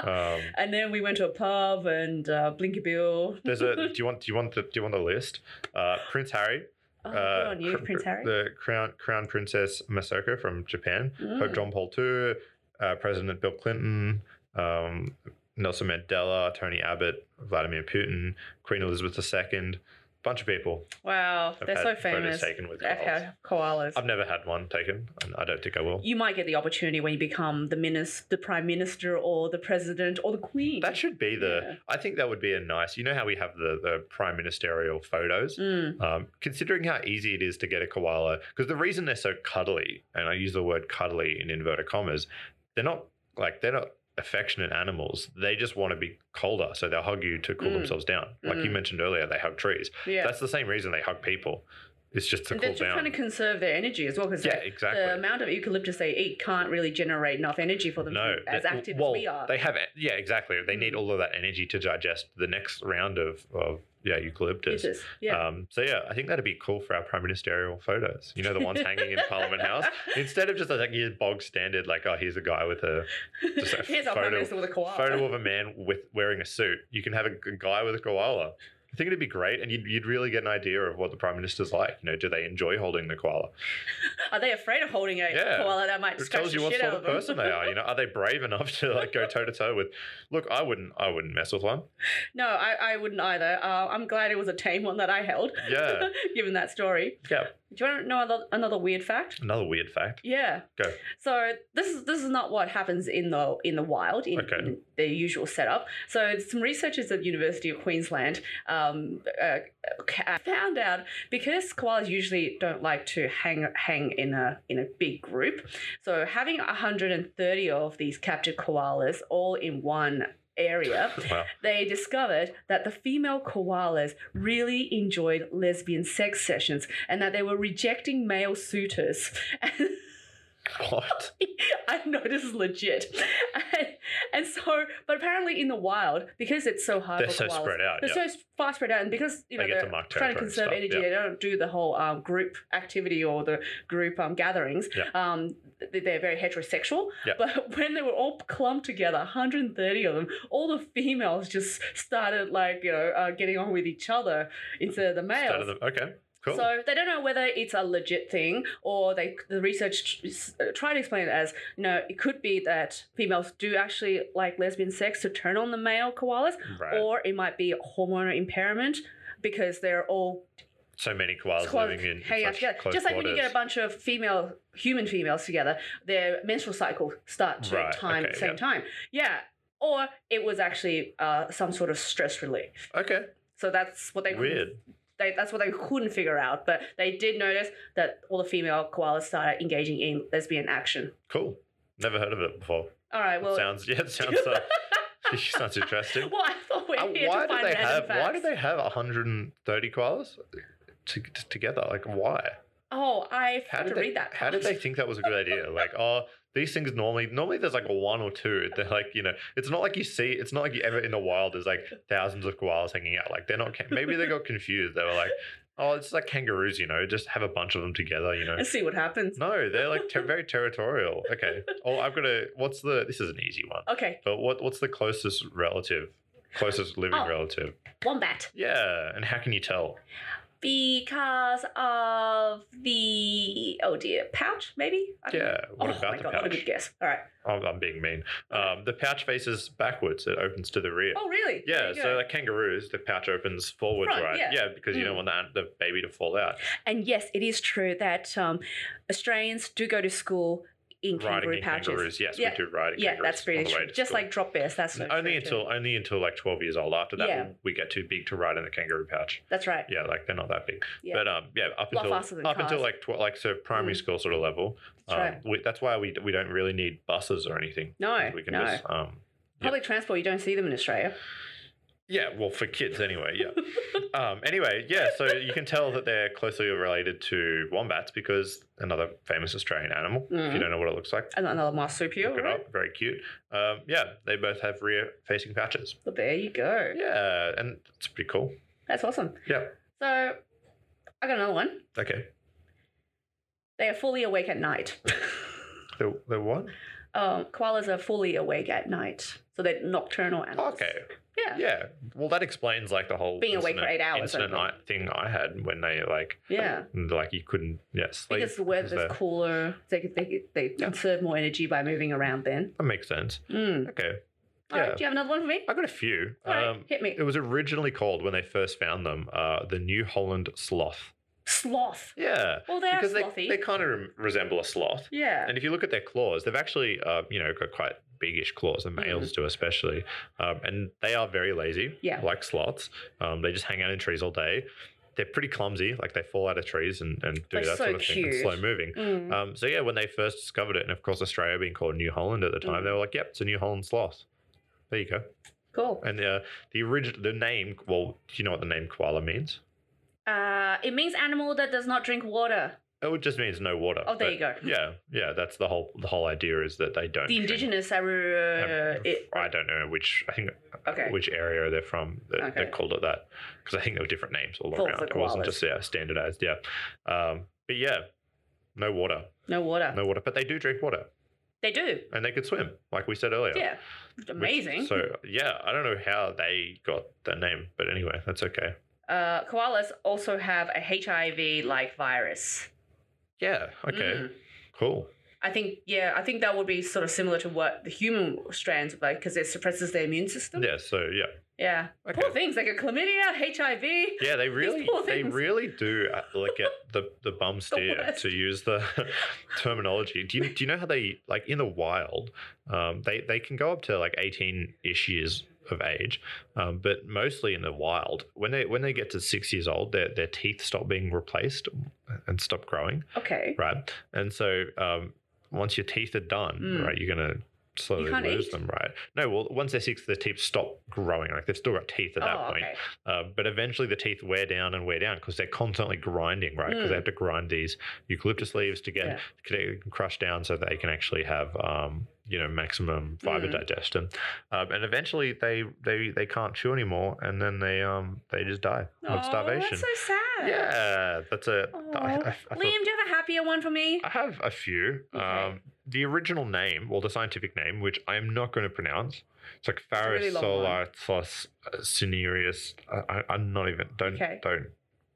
S1: um,
S2: and then we went to a pub and uh, Blinky Bill.
S1: there's a. Do you want? Do you want the? Do you want the list? Uh, Prince Harry.
S2: Oh,
S1: uh,
S2: good on you,
S1: cr-
S2: Prince Harry.
S1: The crown crown princess Masako from Japan. Pope
S2: Mm.
S1: John Paul II. Uh, President Bill Clinton. Um, Nelson Mandela. Tony Abbott. Vladimir Putin. Queen Elizabeth II. Bunch of people.
S2: Wow,
S1: have
S2: they're so
S1: had
S2: famous.
S1: Photos taken with
S2: They've
S1: koalas.
S2: had koalas.
S1: I've never had one taken, and I don't think I will.
S2: you might get the opportunity when you become the minis- the prime minister or the president or the queen.
S1: That should be the.
S2: Yeah.
S1: I think that would be a nice. You know how we have the the prime ministerial photos.
S2: Mm,
S1: Um, considering how easy it is to get a koala, because the reason they're so cuddly, and I use the word cuddly in inverted commas, they're not like they're not affectionate animals. They just want to be colder, so they'll hug you to cool
S2: Mm.
S1: themselves down. Like you
S2: Mm.
S1: mentioned earlier, they hug trees.
S2: yeah.
S1: That's the same reason they hug people. It's just to
S2: And they're
S1: cool
S2: just trying
S1: down.
S2: to conserve their energy as well because
S1: yeah,
S2: the
S1: exactly.
S2: amount of eucalyptus they eat can't really generate enough energy for them
S1: No,
S2: to be as
S1: they-
S2: active
S1: well,
S2: as we are.
S1: They have it. Yeah, exactly. They need
S2: Mm.
S1: all of that energy to digest the next round of of yeah eucalyptus.
S2: Eucalyptus, yeah.
S1: Um, so yeah, I think that'd be cool for our prime ministerial photos. You know, the ones hanging in Parliament House. Instead of just like your bog standard, like oh, here's a guy with a just a
S2: Here's our prime
S1: photo-
S2: minister with a koala.
S1: photo of a man with wearing a suit. You can have a g- guy with a koala. I think it'd be great, and you'd, you'd really get an idea of what the prime minister's like. You know, do they enjoy holding the koala?
S2: Are they afraid of holding a
S1: Yeah.
S2: koala that might
S1: It
S2: scratch
S1: tells you
S2: the
S1: what
S2: shit
S1: sort
S2: out
S1: of
S2: them?
S1: person they are. You know, are they brave enough to like go toe to toe with? Look, I wouldn't. I wouldn't mess with one.
S2: No, I, I wouldn't either. Uh, I'm glad it was a tame one that I held,
S1: Yeah,
S2: given that story.
S1: yeah.
S2: Do you want to know another, another weird fact?
S1: Another weird fact.
S2: Yeah.
S1: Go.
S2: So this is this is not what happens in the in the wild in,
S1: Okay.
S2: in their usual setup. So some researchers at University of Queensland um, uh, ca- found out because koalas usually don't like to hang hang in a in a big group. So having 130 of these captured koalas all in one area,
S1: Wow.
S2: they discovered that the female koalas really enjoyed lesbian sex sessions and that they were rejecting male suitors.
S1: What?
S2: I know this is legit. And, and so, but apparently in the wild, because it's so hard
S1: They're
S2: for
S1: so
S2: koalas,
S1: spread out.
S2: they're
S1: yeah.
S2: so far spread out, and because you
S1: They
S2: know
S1: get
S2: they're
S1: to mark
S2: trying to
S1: territory and
S2: conserve
S1: stuff,
S2: energy,
S1: yeah.
S2: they don't do the whole um, group activity or the group um, gatherings.
S1: Yeah.
S2: Um, th- they're very heterosexual.
S1: Yeah.
S2: But when they were all clumped together, 130 of them, all the females just started like you know uh, getting on with each other instead of the males.
S1: Start of the- okay, cool.
S2: So they don't know whether it's a legit thing or they the research tr- s- uh, try to explain it as you know it could be that females do actually like lesbian sex to turn on the male koalas,
S1: right.
S2: or it might be hormonal impairment because they're all
S1: so many koalas
S2: clo-
S1: living in
S2: hanging out
S1: such
S2: together.
S1: close
S2: Just like when
S1: quarters.
S2: you get a bunch of female human females together, their menstrual cycle start to
S1: Right,
S2: time at
S1: okay,
S2: the same
S1: yeah.
S2: time. Yeah. Or it was actually uh, some sort of stress relief.
S1: okay,
S2: So that's what they couldn't
S1: weird.
S2: they, that's what they couldn't figure out, but they did notice that all the female koalas started engaging in lesbian action.
S1: Cool. Never heard of it before.
S2: All right, well,
S1: sounds yeah, it sounds uh, sounds interesting.
S2: well, I thought we
S1: Uh,
S2: were here
S1: why
S2: to
S1: do
S2: find
S1: they
S2: random
S1: have
S2: facts.
S1: why do they have 130 koalas to, to, together? Like why?
S2: Oh, I
S1: How
S2: forgot
S1: did
S2: to
S1: they
S2: read that.
S1: How did they think that was a good idea? Like, oh, these things normally normally there's like one or two. They're like, you know, it's not like you see, it's not like you ever in the wild there's like thousands of koalas hanging out. Like they're not ca- maybe they got confused. They were like, oh, it's like kangaroos, you know, just have a bunch of them together, you know.
S2: Let's see what happens.
S1: No, they're like ter- very territorial. Okay. Oh, I've got a what's the this is an easy one.
S2: Okay,
S1: But what what's the closest relative? Closest living
S2: Oh.
S1: relative.
S2: wombat.
S1: Yeah, and how can you tell?
S2: Because of the oh dear, pouch maybe. I don't know.
S1: Yeah, what
S2: oh
S1: about
S2: my
S1: the
S2: god,
S1: pouch? Oh,
S2: what a good guess. All right.
S1: I'm, I'm being mean. Um, the pouch faces backwards. It opens to the rear.
S2: Oh really? There
S1: yeah,
S2: you
S1: so
S2: go.
S1: like kangaroos, the pouch opens forwards,
S2: Front,
S1: right?
S2: yeah.
S1: because you don't
S2: Mm.
S1: want that, the baby to fall out.
S2: and yes, it is true that um, Australians do go to school in
S1: riding
S2: kangaroo
S1: in
S2: pouches.
S1: kangaroos, yes,
S2: Yeah.
S1: we do riding
S2: Yeah,
S1: kangaroos.
S2: that's pretty
S1: on the way
S2: true.
S1: to
S2: Just
S1: school.
S2: like drop bears, that's so
S1: only
S2: true too.
S1: until only until like 12 years old. After that,
S2: Yeah.
S1: we- we get too big to ride in the kangaroo pouch.
S2: That's right.
S1: yeah, like they're not that big.
S2: Yeah.
S1: But um, yeah, up
S2: A lot
S1: until
S2: faster than
S1: up until
S2: cars.
S1: like tw- like so primary
S2: Mm.
S1: school sort of level.
S2: That's
S1: um,
S2: right.
S1: we, that's why we we don't really need buses or anything.
S2: No,
S1: 'cause we can
S2: no.
S1: just um, yeah.
S2: Public transport, you don't see them in Australia.
S1: yeah, well for kids anyway, yeah. um, anyway, yeah, so you can tell that they're closely related to wombats because another famous Australian animal. If you
S2: Mhm.
S1: don't know what it looks like,
S2: And another marsupial.
S1: look it
S2: right?
S1: up. Very cute. Um, yeah, they both have rear-facing patches.
S2: Well, there you go.
S1: Yeah, and it's pretty cool.
S2: That's awesome.
S1: Yeah.
S2: So I got another one.
S1: Okay,
S2: They are fully awake at night.
S1: the the one.
S2: um, koalas are fully awake at night, so they're nocturnal animals.
S1: Okay,
S2: Yeah. Yeah.
S1: Yeah. Well, that explains like the whole
S2: Being awake for eight hours,
S1: incident
S2: I
S1: night thing I had when they like like you couldn't yeah sleep
S2: Because the weather's
S1: there.
S2: cooler, they could- they could- they
S1: Yeah.
S2: conserve more energy by moving around. Then,
S1: that makes sense.
S2: mm.
S1: Okay,
S2: All right,
S1: Yeah.
S2: Do you have another one for me?
S1: I got a few.
S2: All right,
S1: Um,
S2: hit me.
S1: it was originally called when they first found them uh, the New Holland sloth.
S2: Sloth.
S1: Yeah,
S2: Well, they are
S1: because they
S2: slothy.
S1: they kind of rem- resemble a sloth.
S2: yeah.
S1: And if you look at their claws, they've actually, uh, you know, got quite biggish claws. The males do, especially, um, and they are very lazy.
S2: Mm. Yeah.
S1: like sloths. Um, they just hang out in trees all day. They're pretty clumsy. Like they fall out of trees and, and do
S2: They're
S1: that
S2: so
S1: sort of thing. And
S2: cute.
S1: slow moving.
S2: Mm.
S1: Um, so yeah, when they first discovered it, and of course Australia being called New Holland at the time,
S2: Mhm.
S1: they were like, "Yep, it's a New Holland sloth." There you go.
S2: cool.
S1: And uh, the original, the name. Well, do you know what the name koala means?
S2: Uh, it means animal that does not drink water.
S1: Oh, It just means no water.
S2: Oh, there you go.
S1: but Yeah, yeah. That's the whole. The whole idea is that they don't.
S2: The
S1: drink
S2: indigenous are. Uh,
S1: Um,
S2: it,
S1: I don't know which. I think
S2: okay.
S1: which area they're from. That They
S2: Okay.
S1: called it that because I think there were different names all
S2: For-
S1: around.
S2: for
S1: It wasn't
S2: koalas.
S1: just yeah standardized. Yeah, um, but yeah, no water,
S2: No water.
S1: no water. But they do drink water
S2: They do.
S1: and they could swim, like we said earlier.
S2: Yeah.
S1: Which-
S2: Amazing.
S1: so yeah, I don't know how they got that name, but anyway, that's okay.
S2: uh, koalas also have a HIV like virus.
S1: Yeah. Okay.
S2: Mm.
S1: Cool.
S2: I think, yeah, I think that would be sort of similar to what the human strands would like because it suppresses their immune system.
S1: Yeah. So yeah.
S2: Yeah.
S1: Okay.
S2: Poor things like a chlamydia, HIV.
S1: Yeah, they really,
S2: poor
S1: they
S2: things.
S1: really do uh, like get the the bum steer
S2: worst.
S1: to use the terminology. Do you do you know how they like in the wild? Um, they they can go up to like eighteen ish years of age, um, but mostly in the wild. When they when they get to six years old, their their teeth stop being replaced and stop growing,
S2: Okay.
S1: right? And so um, once your teeth are done,
S2: Mm.
S1: right, you're gonna slowly
S2: can't
S1: lose
S2: eat?
S1: them, right? No, well, once they're six, the teeth stop growing. Like they've still got teeth at that
S2: oh,
S1: point.
S2: okay.
S1: Uh, but eventually the teeth wear down and wear down because they're constantly grinding, right? Because
S2: Mm.
S1: they have to grind these eucalyptus leaves to
S2: Yeah.
S1: get to crushed down so that they can actually have, um, you know, maximum fiber
S2: Mm.
S1: digestion. Um, and eventually they, they they can't chew anymore, and then they um they just die
S2: Aw,
S1: of starvation.
S2: Oh, That's so sad.
S1: yeah, that's a. I- I-
S2: Aw.
S1: I thought-
S2: Liam, do you have a happier one for me?
S1: I have a few.
S2: Okay.
S1: Um, the original name, well, the scientific name, which I am not going to pronounce. It's like
S2: a really long one.
S1: Pharosolarius cinereus. uh, I, I, I'm not even. Don't
S2: Okay.
S1: don't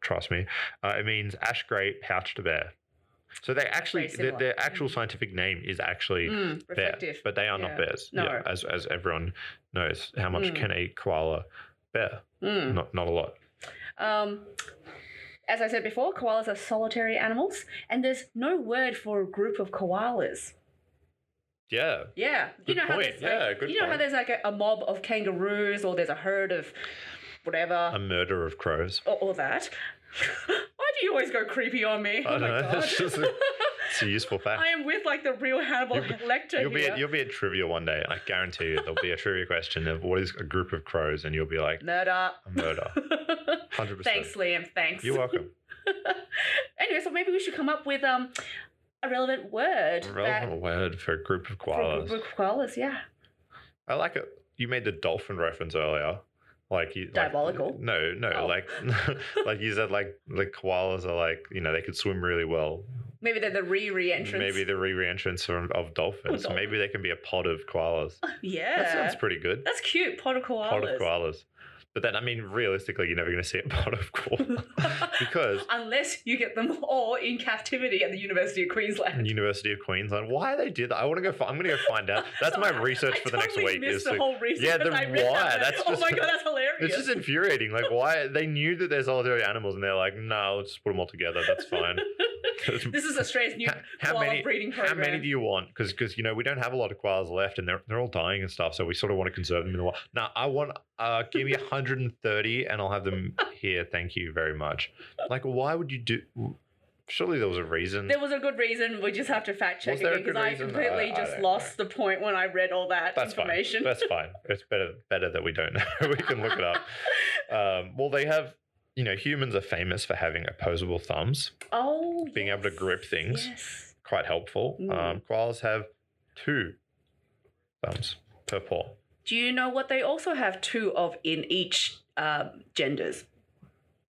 S1: trust me. Uh, it means ash grey pouched bear. So they actually,
S2: very
S1: their,
S2: similar.
S1: their actual
S2: Mm.
S1: scientific name is actually
S2: Mm,
S1: bear,
S2: reflective.
S1: but they are
S2: Yeah.
S1: not bears.
S2: No.
S1: Yeah, as as everyone knows, how much
S2: Mm.
S1: can a koala bear?
S2: Mm.
S1: Not not a lot.
S2: Um, as I said before, koalas are solitary animals, and there's no word for a group of koalas.
S1: Yeah.
S2: Yeah, you
S1: Good
S2: know how
S1: point.
S2: there's
S1: Yeah,
S2: like,
S1: good
S2: you know how
S1: point.
S2: there's like a, a mob of kangaroos, or there's a herd
S1: A
S2: of
S1: Um,
S2: whatever,
S1: murder of crows.
S2: or, or that. Why do you always go creepy on me?
S1: I
S2: oh my
S1: dunno,
S2: god!
S1: it's just a- It's a useful fact.
S2: I am with like the real Hannibal Lecter
S1: You'll be
S2: here.
S1: at, you'll be at trivia one day. I guarantee you, there'll be a trivia question of what is a group of crows, and you'll be like
S2: Murder.
S1: a murder, hundred percent.
S2: thanks, Liam. Thanks.
S1: You're welcome.
S2: anyway, so maybe we should come up with um a relevant word.
S1: Relevant word for a group of
S2: that, for a
S1: koalas.
S2: group of koalas, yeah.
S1: I like it. You made the dolphin reference earlier. Like you, like-
S2: Diabolical?
S1: no, no.
S2: Oh.
S1: Like, like you said, like like koalas are like you know they could swim really well.
S2: Maybe they're the re-re-entrance.
S1: Maybe the re-entrance from of dolphins.
S2: dolphins.
S1: Maybe they can be a pod of koalas.
S2: Yeah.
S1: That sounds pretty good.
S2: That's cute. Pot of koalas.
S1: Pod of koalas. But then, I mean, realistically, you're never going to see a pod of koalas because
S2: Unless you get them all in captivity at the University of Queensland.
S1: University of Queensland. Why they did that? I want to go. Fi- I'm going to go find out. That's my
S2: I-
S1: research
S2: I
S1: for the next
S2: totally
S1: week.
S2: missed
S1: Is
S2: the
S1: to-
S2: whole reason.
S1: Yeah,
S2: but
S1: the
S2: I read that,
S1: why,
S2: and I-
S1: that's
S2: oh
S1: just-
S2: my god, that's hilarious.
S1: it's just infuriating. Like why they knew that they're solitary animals, and they're like, no, let's just put them all together. That's fine.
S2: this is Australia's new
S1: how, how
S2: koala
S1: many?
S2: breeding
S1: How
S2: program.
S1: many do you want? Because you know we don't have a lot of koalas left, and they're they're all dying and stuff. So we sort of want to conserve them in the wild. Now I want uh, give me 130, and I'll have them here. Thank you very much. Like why would you do? Surely there was a reason.
S2: there was a good reason. We just have to fact check
S1: Was there a
S2: again because
S1: good
S2: I
S1: reason?
S2: completely
S1: I- I
S2: just
S1: don't know.
S2: lost the point when I read all that
S1: That's fine.
S2: information.
S1: That's fine. It's better better that we don't know. we can look it up. Um, well, they have. You know, humans are famous for having opposable thumbs.
S2: oh,
S1: Being able to
S2: yes,
S1: grip things.
S2: Yes.
S1: Quite helpful.
S2: Mm.
S1: Um, koalas have two thumbs per paw.
S2: Do you know what they also have two of in each um, genders? Oh,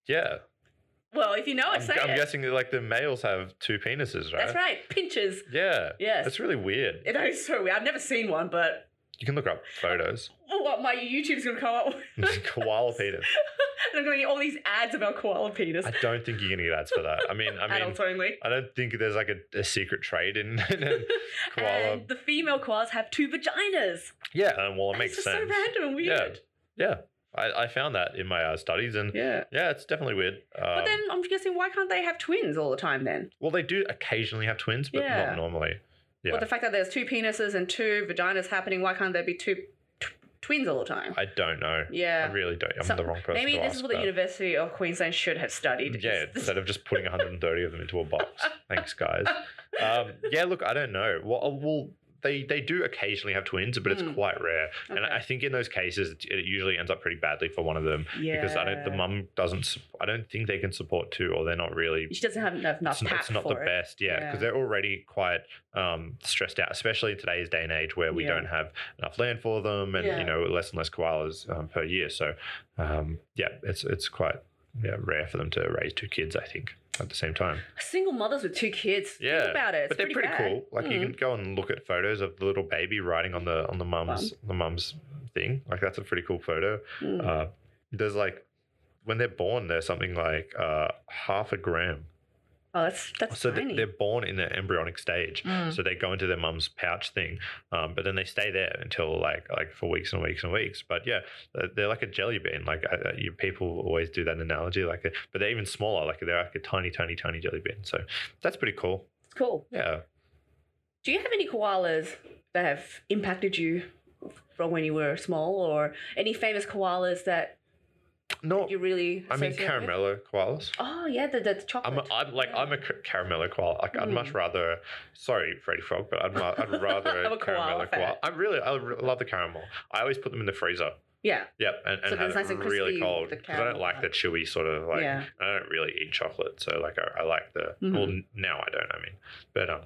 S1: Yeah,
S2: Well, if you know it,
S1: I'm,
S2: say
S1: I'm
S2: it.
S1: guessing that like the males have two penises, right?
S2: That's right, pinches.
S1: Yeah,
S2: Yes.
S1: that's really weird.
S2: That is so weird. I've never seen one, but
S1: You can look up photos.
S2: oh, what my YouTube's gonna come up with.
S1: koala penis.
S2: I'm gonna get all these ads about koala penis.
S1: I don't think you're gonna get ads for that. I mean, I mean,
S2: Adults only.
S1: I don't think there's like a, a secret trade in, in koala.
S2: And the female koalas have two vaginas.
S1: yeah, and well, it
S2: That
S1: makes
S2: is just
S1: sense.
S2: so random and weird.
S1: Yeah, I, I found that in my uh, studies, and
S2: Yeah.
S1: yeah, it's definitely weird. Um,
S2: but then I'm guessing why can't they have twins all the time then?
S1: well, they do occasionally have twins, but
S2: Yeah.
S1: not normally.
S2: Or
S1: Yeah.
S2: the fact that there's two penises and two vaginas happening, why can't there be two t- twins all the time?
S1: I don't know. I
S2: yeah.
S1: really don't. I'm
S2: So
S1: the wrong person.
S2: Maybe
S1: to
S2: this
S1: ask
S2: is what the
S1: that.
S2: University of Queensland should have studied.
S1: Yeah,
S2: is-
S1: instead of just putting 130 of them into a box. Thanks, guys. Um, yeah, look, I don't know. Well, uh, well, they they do occasionally have twins, but it's
S2: Mm.
S1: quite rare. And
S2: Okay.
S1: I think in those cases, it- it usually ends up pretty badly for one of them
S2: yeah.
S1: because I don't. The mum doesn't. su- I don't think they can support two, or they're not really
S2: She doesn't have enough, enough
S1: it's, n-
S2: pat
S1: it's not
S2: for
S1: the
S2: it.
S1: best, yeah, because
S2: Yeah.
S1: they're already quite um, stressed out, especially in today's day and age where we
S2: Yeah.
S1: don't have enough land for them, and
S2: Yeah.
S1: you know less and less koalas um, per year. So, um, yeah, it's it's quite yeah, rare for them to raise two kids. I think at the same time,
S2: Single mothers with two kids. Think
S1: Yeah,
S2: about it. It's
S1: but they're pretty,
S2: bad.
S1: cool. Like you
S2: Mm.
S1: can go and look at photos of the little baby riding on the on the mum's the mum's thing. Like that's a pretty cool photo.
S2: Mm.
S1: Uh, there's like when they're born, they're something like uh, half a gram.
S2: oh, that's that's
S1: So they-
S2: tiny.
S1: they're born in the embryonic stage.
S2: Mm.
S1: So they go into their mum's pouch thing, um, but then they stay there until like like for weeks and weeks and weeks. But yeah, they're- they're like a jelly bean. Like I, I, you, people always do that analogy. Like, uh, but they're even smaller. Like they're like a tiny, tiny, tiny jelly bean. So that's pretty cool.
S2: It's cool.
S1: Yeah.
S2: Do you have any koalas that have impacted you from when you were small, or any famous koalas that
S1: not.
S2: You really.
S1: I mean,
S2: associate with?
S1: caramello koalas.
S2: Oh yeah, the, the chocolate.
S1: I'm, a, I'm like I'm a ca- caramello koala. Like, I'd much rather, sorry, Freddy Frog, but I'd, mu- I'd rather
S2: Mm. I'm a
S1: a
S2: koala
S1: caramello
S2: fan.
S1: koala. I really I re- love the caramel. I always put them in the freezer.
S2: yeah.
S1: Yep, and, and
S2: So
S1: have
S2: it's
S1: it
S2: nice and
S1: really
S2: crispy,
S1: cold
S2: the
S1: because I don't
S2: caramel
S1: like the
S2: part.
S1: chewy sort of like.
S2: Yeah. Mm-hmm.
S1: I don't really eat chocolate, so like I, I like the. Well, n- now I don't. I mean, but um,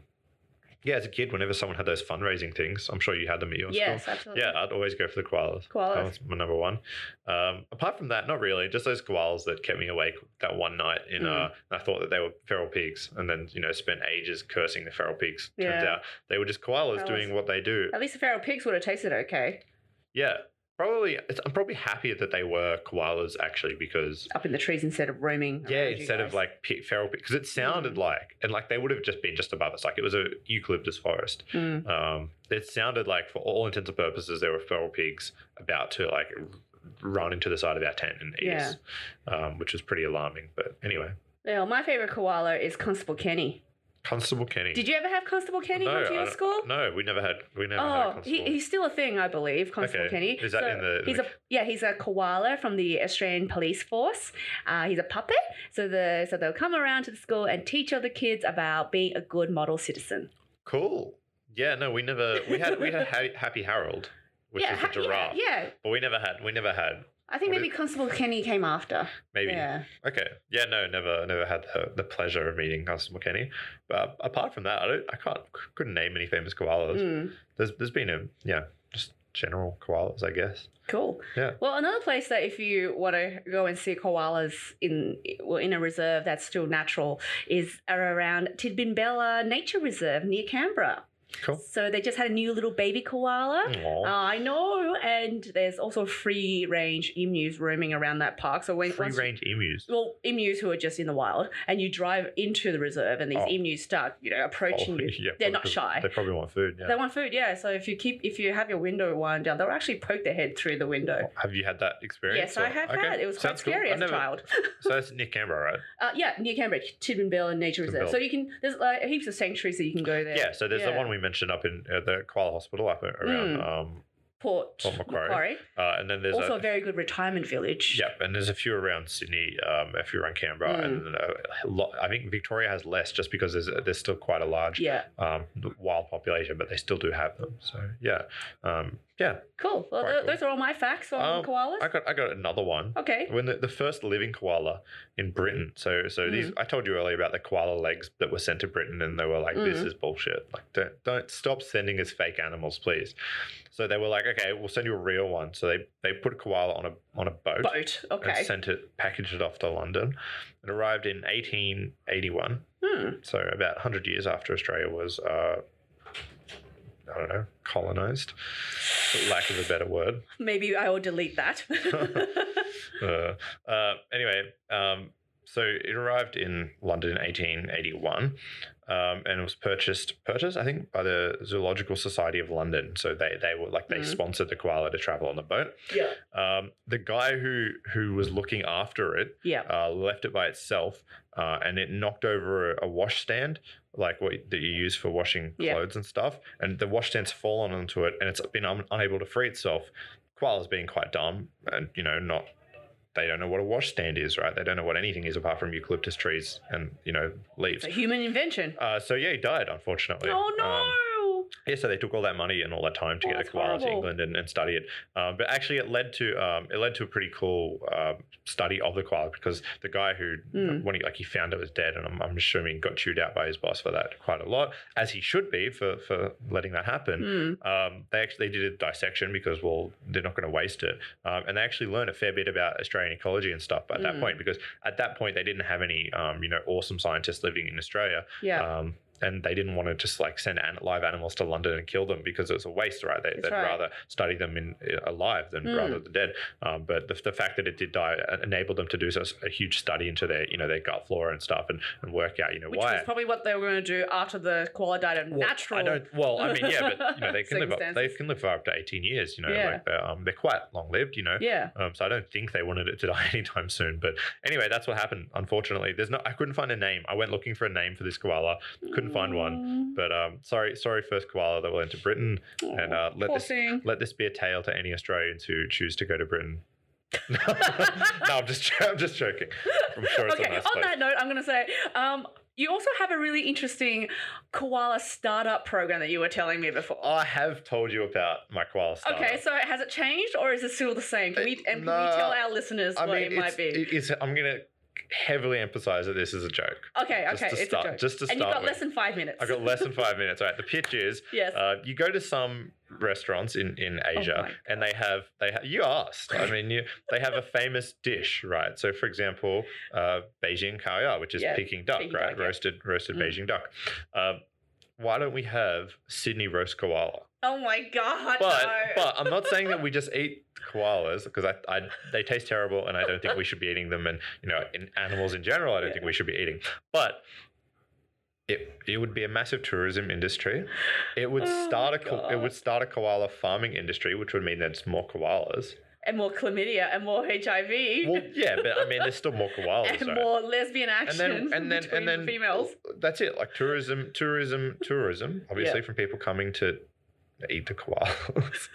S1: yeah, as a kid, whenever someone had those fundraising things, I'm sure you had them at your school.
S2: Yes, absolutely.
S1: Yeah, Oh, I'd always go for the koalas.
S2: Koalas.
S1: That was my number one. Um, apart from that, not really. Just those koalas that kept me awake that one night. In uh,
S2: Mm.
S1: I thought that they were feral pigs, and then you know spent ages cursing the feral pigs. Turns
S2: Yeah.
S1: out they were just koalas
S2: Koalas.
S1: doing what they do.
S2: At least the feral pigs would have tasted okay
S1: Yeah, probably. It's, I'm probably happier that they were koalas actually because.
S2: up in the trees instead of roaming.
S1: Yeah,
S2: around you
S1: instead of
S2: guys. Mm.
S1: like pe- feral pigs, because it sounded like, and like they would have just been just above us. Like it was a eucalyptus forest,
S2: Mm.
S1: um, it sounded like for all intents and purposes there were feral pigs about to like r- run into the side of our tent and eat us um, which was pretty alarming but anyway
S2: Now, my favorite koala is Constable Kenny.
S1: constable kenny
S2: Did you ever have Constable Kenny
S1: No,
S2: come to
S1: I
S2: your
S1: don't-
S2: school?
S1: no we never had we never had a
S2: Oh,
S1: constable
S2: he, he's still a thing, I believe, Constable
S1: Okay.
S2: Kenny.
S1: Is that in the-
S2: He's a yeah, he's a koala from the Australian Police Force. Uh, he's a puppet, so the so they'll come around to the school and teach other kids about being a good model citizen.
S1: cool yeah no we never we had we had Ha- happy harold which
S2: yeah,
S1: was
S2: ha-
S1: a giraffe
S2: Yeah, yeah,
S1: but we never had we never had
S2: I think
S1: What
S2: maybe Constable Kenny came after.
S1: maybe
S2: Yeah,
S1: okay yeah no never never had the, the pleasure of meeting constable kenny but apart from that i don't i can't couldn't name any famous koalas
S2: Mm,
S1: There's there's been a yeah, just general koalas, I guess.
S2: cool.
S1: Yeah.
S2: Well, another place that if you want to go and see koalas in well in a reserve that's still natural is around Tidbinbella Nature Reserve near Canberra.
S1: Cool.
S2: So they just had a new little baby koala.
S1: Aw.
S2: I know, and there's also free range emus roaming around that park. So when
S1: Free
S2: once you-
S1: range emus.
S2: well, emus who are just in the wild, and you drive into the reserve, and these
S1: Oh.
S2: emus start, you know, approaching you.
S1: yeah,
S2: They're
S1: probably
S2: not
S1: 'cause
S2: shy.
S1: They probably want food. Yeah.
S2: They want food, yeah. So if you keep, if you have your window wind down, they'll actually poke their head through the window.
S1: Have you had that experience?
S2: yes, I
S1: or-
S2: have
S1: okay,
S2: had. It was quite
S1: sounds cool.
S2: scary
S1: I
S2: as
S1: never-
S2: a child.
S1: So that's near Canberra, right?
S2: Uh, yeah, near Canberra, Tidbinbell and Nature Reserve.
S1: Tidbinbell.
S2: So you can, there's like heaps of sanctuaries that you can go there.
S1: Yeah. so there's the
S2: Yeah.
S1: one we mentioned up in uh, the koala hospital up a- around, um,
S2: Port
S1: Port
S2: Macquarie.
S1: Macquarie. uh, and then there's
S2: Also
S1: a,
S2: a very good retirement village.
S1: yeah, and there's a few around Sydney. Um, if you're around Canberra, and
S2: Hmm.
S1: then a lot, I think Victoria has less just because there's there's still quite a large
S2: Yeah.
S1: um, wild population, but they still do have them. So yeah, um, yeah,
S2: Cool. Well,
S1: Quite
S2: tho-
S1: cool.
S2: those are all my facts on
S1: Um,
S2: koalas.
S1: I got I got another one.
S2: okay. Hmm.
S1: When the, the first living koala in Britain, so so these I told you earlier about the koala legs that were sent to Britain, and they were like, "This
S2: Mm.
S1: is bullshit. Like, don't don't stop sending us fake animals, please." So they were like, "Okay, we'll send you a real one." So they they put a koala on a on a boat,
S2: Boat.
S1: and
S2: Okay.
S1: sent it packaged it off to London. It arrived in 1881,
S2: Hmm.
S1: so about 100 years after Australia was. Uh, I don't know, colonized, for lack of a better word.
S2: Maybe I will delete that.
S1: uh, uh, anyway, um, so it arrived in London in 1881, um, and it was purchased purchased I think by the Zoological Society of London. So they they were like they
S2: Mm.
S1: sponsored the koala to travel on the boat.
S2: yeah.
S1: Um, the guy who who was looking after it
S2: Yeah.
S1: uh, left it by itself, uh, and it knocked over a, a washstand, like what that you use for washing
S2: Yeah.
S1: clothes and stuff. And the washstand's fallen onto it, and it's been un- unable to free itself. Koalas being quite dumb, and you know not. They don't know what a washstand is, right? They don't know what anything is apart from eucalyptus trees and you know leaves.
S2: It's a human invention.
S1: Uh, so yeah, he died unfortunately.
S2: oh
S1: Um,
S2: no.
S1: yeah, so they took all that money and all that time to
S2: Oh,
S1: get a
S2: that's
S1: koala to
S2: horrible.
S1: England and, and study it. Um, but actually, it led to um, it led to a pretty cool um, study of the koala because the guy who
S2: Mm.
S1: when he like he found it was dead, and I'm, I'm assuming got chewed out by his boss for that quite a lot, as he should be for for letting that happen.
S2: Hmm.
S1: Um, they actually they did a dissection because well they're not going to waste it, um, and they actually learned a fair bit about Australian ecology and stuff. at that
S2: Mm.
S1: point, because at that point they didn't have any um, you know awesome scientists living in Australia,
S2: Yeah.
S1: um, and they didn't want to just like send an- live animals to London and kill them because it was a waste, right? They,
S2: That's
S1: they'd
S2: right.
S1: rather study them in uh, alive than
S2: Mm.
S1: rather the dead. Um, but the, the fact that it did die uh, enabled them to do so, a huge study into their, you know, their gut flora and stuff, and, and work out, you know,
S2: Which
S1: uh, why.
S2: was probably what they were going to do after the koala died a
S1: Well,
S2: natural.
S1: I don't. Well, I mean, yeah, but you know, they can live up. They
S2: Circumstances.
S1: can live for up to eighteen years. You know,
S2: Yeah.
S1: like they're, um, they're quite long lived. You know,
S2: Yeah.
S1: um, so I don't think they wanted it to die anytime soon. But anyway, that's what happened. Unfortunately, there's no. I couldn't find a name. I went looking for a name for this koala, couldn't find one.
S2: Mm.
S1: But um, sorry, sorry, first koala that went to Britain, and
S2: Aw,
S1: uh, let
S2: poor
S1: this
S2: thing.
S1: let this be a tale to any Australians who choose to go to Britain. no, I'm just I'm just joking. I'm sure it's
S2: okay,
S1: a nice
S2: on
S1: place.
S2: that note, I'm going to say um, you also have a really interesting koala startup program that you were telling me before.
S1: I have told you about my koala Oh, startup.
S2: Okay, so has it changed or is it still the same? Can we,
S1: It-
S2: and can
S1: no,
S2: we tell our listeners
S1: I
S2: what
S1: mean,
S2: it might
S1: it's-
S2: be?
S1: it is- I'm going to heavily emphasize that this is a joke.
S2: okay,
S1: just
S2: okay,
S1: to
S2: it's
S1: start-
S2: a joke.
S1: just to
S2: and you've
S1: start
S2: got
S1: with.
S2: less than five minutes.
S1: I've got less than five minutes. All right, the pitch is
S2: yes. Oh
S1: uh, you go to some restaurants in, in Asia
S2: my
S1: and they have they ha- you asked. I mean, you they have a famous dish, right? So, for example, uh, Beijing kaoya, which is
S2: Yeah,
S1: Peking duck,
S2: Peking
S1: right?
S2: duck, yeah.
S1: Roasted roasted
S2: Mm.
S1: Beijing duck. Um, why don't we have Sydney roast koala?
S2: oh my god.
S1: But
S2: no.
S1: but I'm not saying that we just eat koalas because I, I they taste terrible and I don't think we should be eating them and you know in animals in general I don't
S2: Yeah.
S1: think we should be eating. But it it would be a massive tourism industry. It would
S2: Oh my
S1: start a ko- it
S2: God.
S1: would start a koala farming industry, which would mean there's more koalas.
S2: and more chlamydia and more HIV.
S1: Well, yeah, but I mean there's still more koalas.
S2: and
S1: right?
S2: more lesbian
S1: oh, and
S2: action
S1: then and then
S2: between
S1: and then
S2: the females.
S1: That's it. Like tourism, tourism, tourism. Obviously, from people coming to eat the koalas.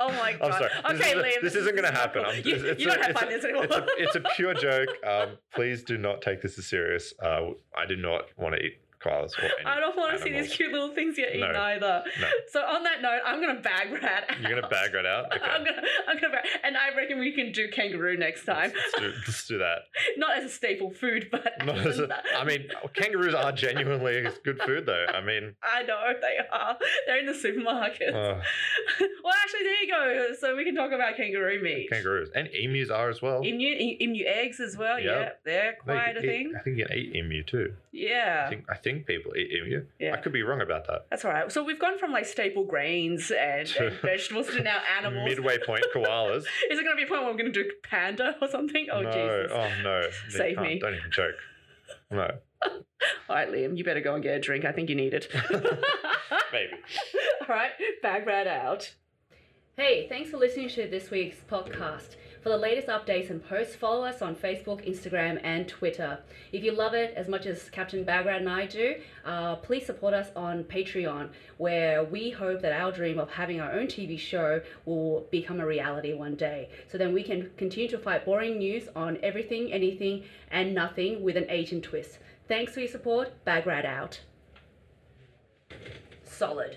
S2: Oh my
S1: I'm
S2: god.
S1: sorry. This
S2: Okay,
S1: isn't-
S2: Liam.
S1: This isn't going to
S2: not
S1: happen.
S2: cool.
S1: I'm-
S2: you,
S1: it's- it's
S2: you
S1: a-
S2: don't have
S1: it's a-
S2: five minutes anymore.
S1: It's a, it's a pure joke. Um, please do not take this as serious. Uh, I do not want to eat koalas. Or any
S2: I don't want to see these
S1: animals.
S2: cute little things you eat
S1: No.
S2: either.
S1: No.
S2: So on that note, I'm gonna bag Brad. Out.
S1: You're going to bag right out?
S2: I'm
S1: Okay.
S2: gonna, I'm gonna, bag, and I reckon we can do kangaroo next time.
S1: Let's, let's do, let's do that.
S2: Not as a staple food, but
S1: Not as a, I mean, kangaroos are genuinely good food, though. I mean,
S2: I know they are. They're in the supermarket.
S1: uh,
S2: well, actually, there you go. So we can talk about kangaroo meat.
S1: kangaroos and emus are as well.
S2: Emu, e- emu eggs as well.
S1: Yeah.
S2: Yeah, they're
S1: No, you
S2: quite
S1: can
S2: a
S1: eat-
S2: thing.
S1: I think you can eat emu too. I
S2: Yeah.
S1: think I think people eat emu. I
S2: Yeah.
S1: could be wrong about that.
S2: That's all right. So we've gone from like staple grains and,
S1: To-
S2: and vegetables to now animals.
S1: Midway point koalas.
S2: Is it going to be a point where we're going to do panda or something? Oh,
S1: no.
S2: Jesus.
S1: Oh no. You
S2: Save
S1: can't.
S2: me.
S1: Don't even joke. No.
S2: All right, Liam, you better go and get a drink. I think you need it.
S1: Maybe.
S2: All right, bag rat out. Hey, thanks for listening to this week's podcast. For the latest updates and posts, follow us on Facebook, Instagram, and Twitter. If you love it as much as Captain Bagrat and I do, uh, please support us on Patreon, where we hope that our dream of having our own TV show will become a reality one day. So then we can continue to fight boring news on everything, anything, and nothing with an Asian twist. Thanks for your support. Bagrat out. Solid.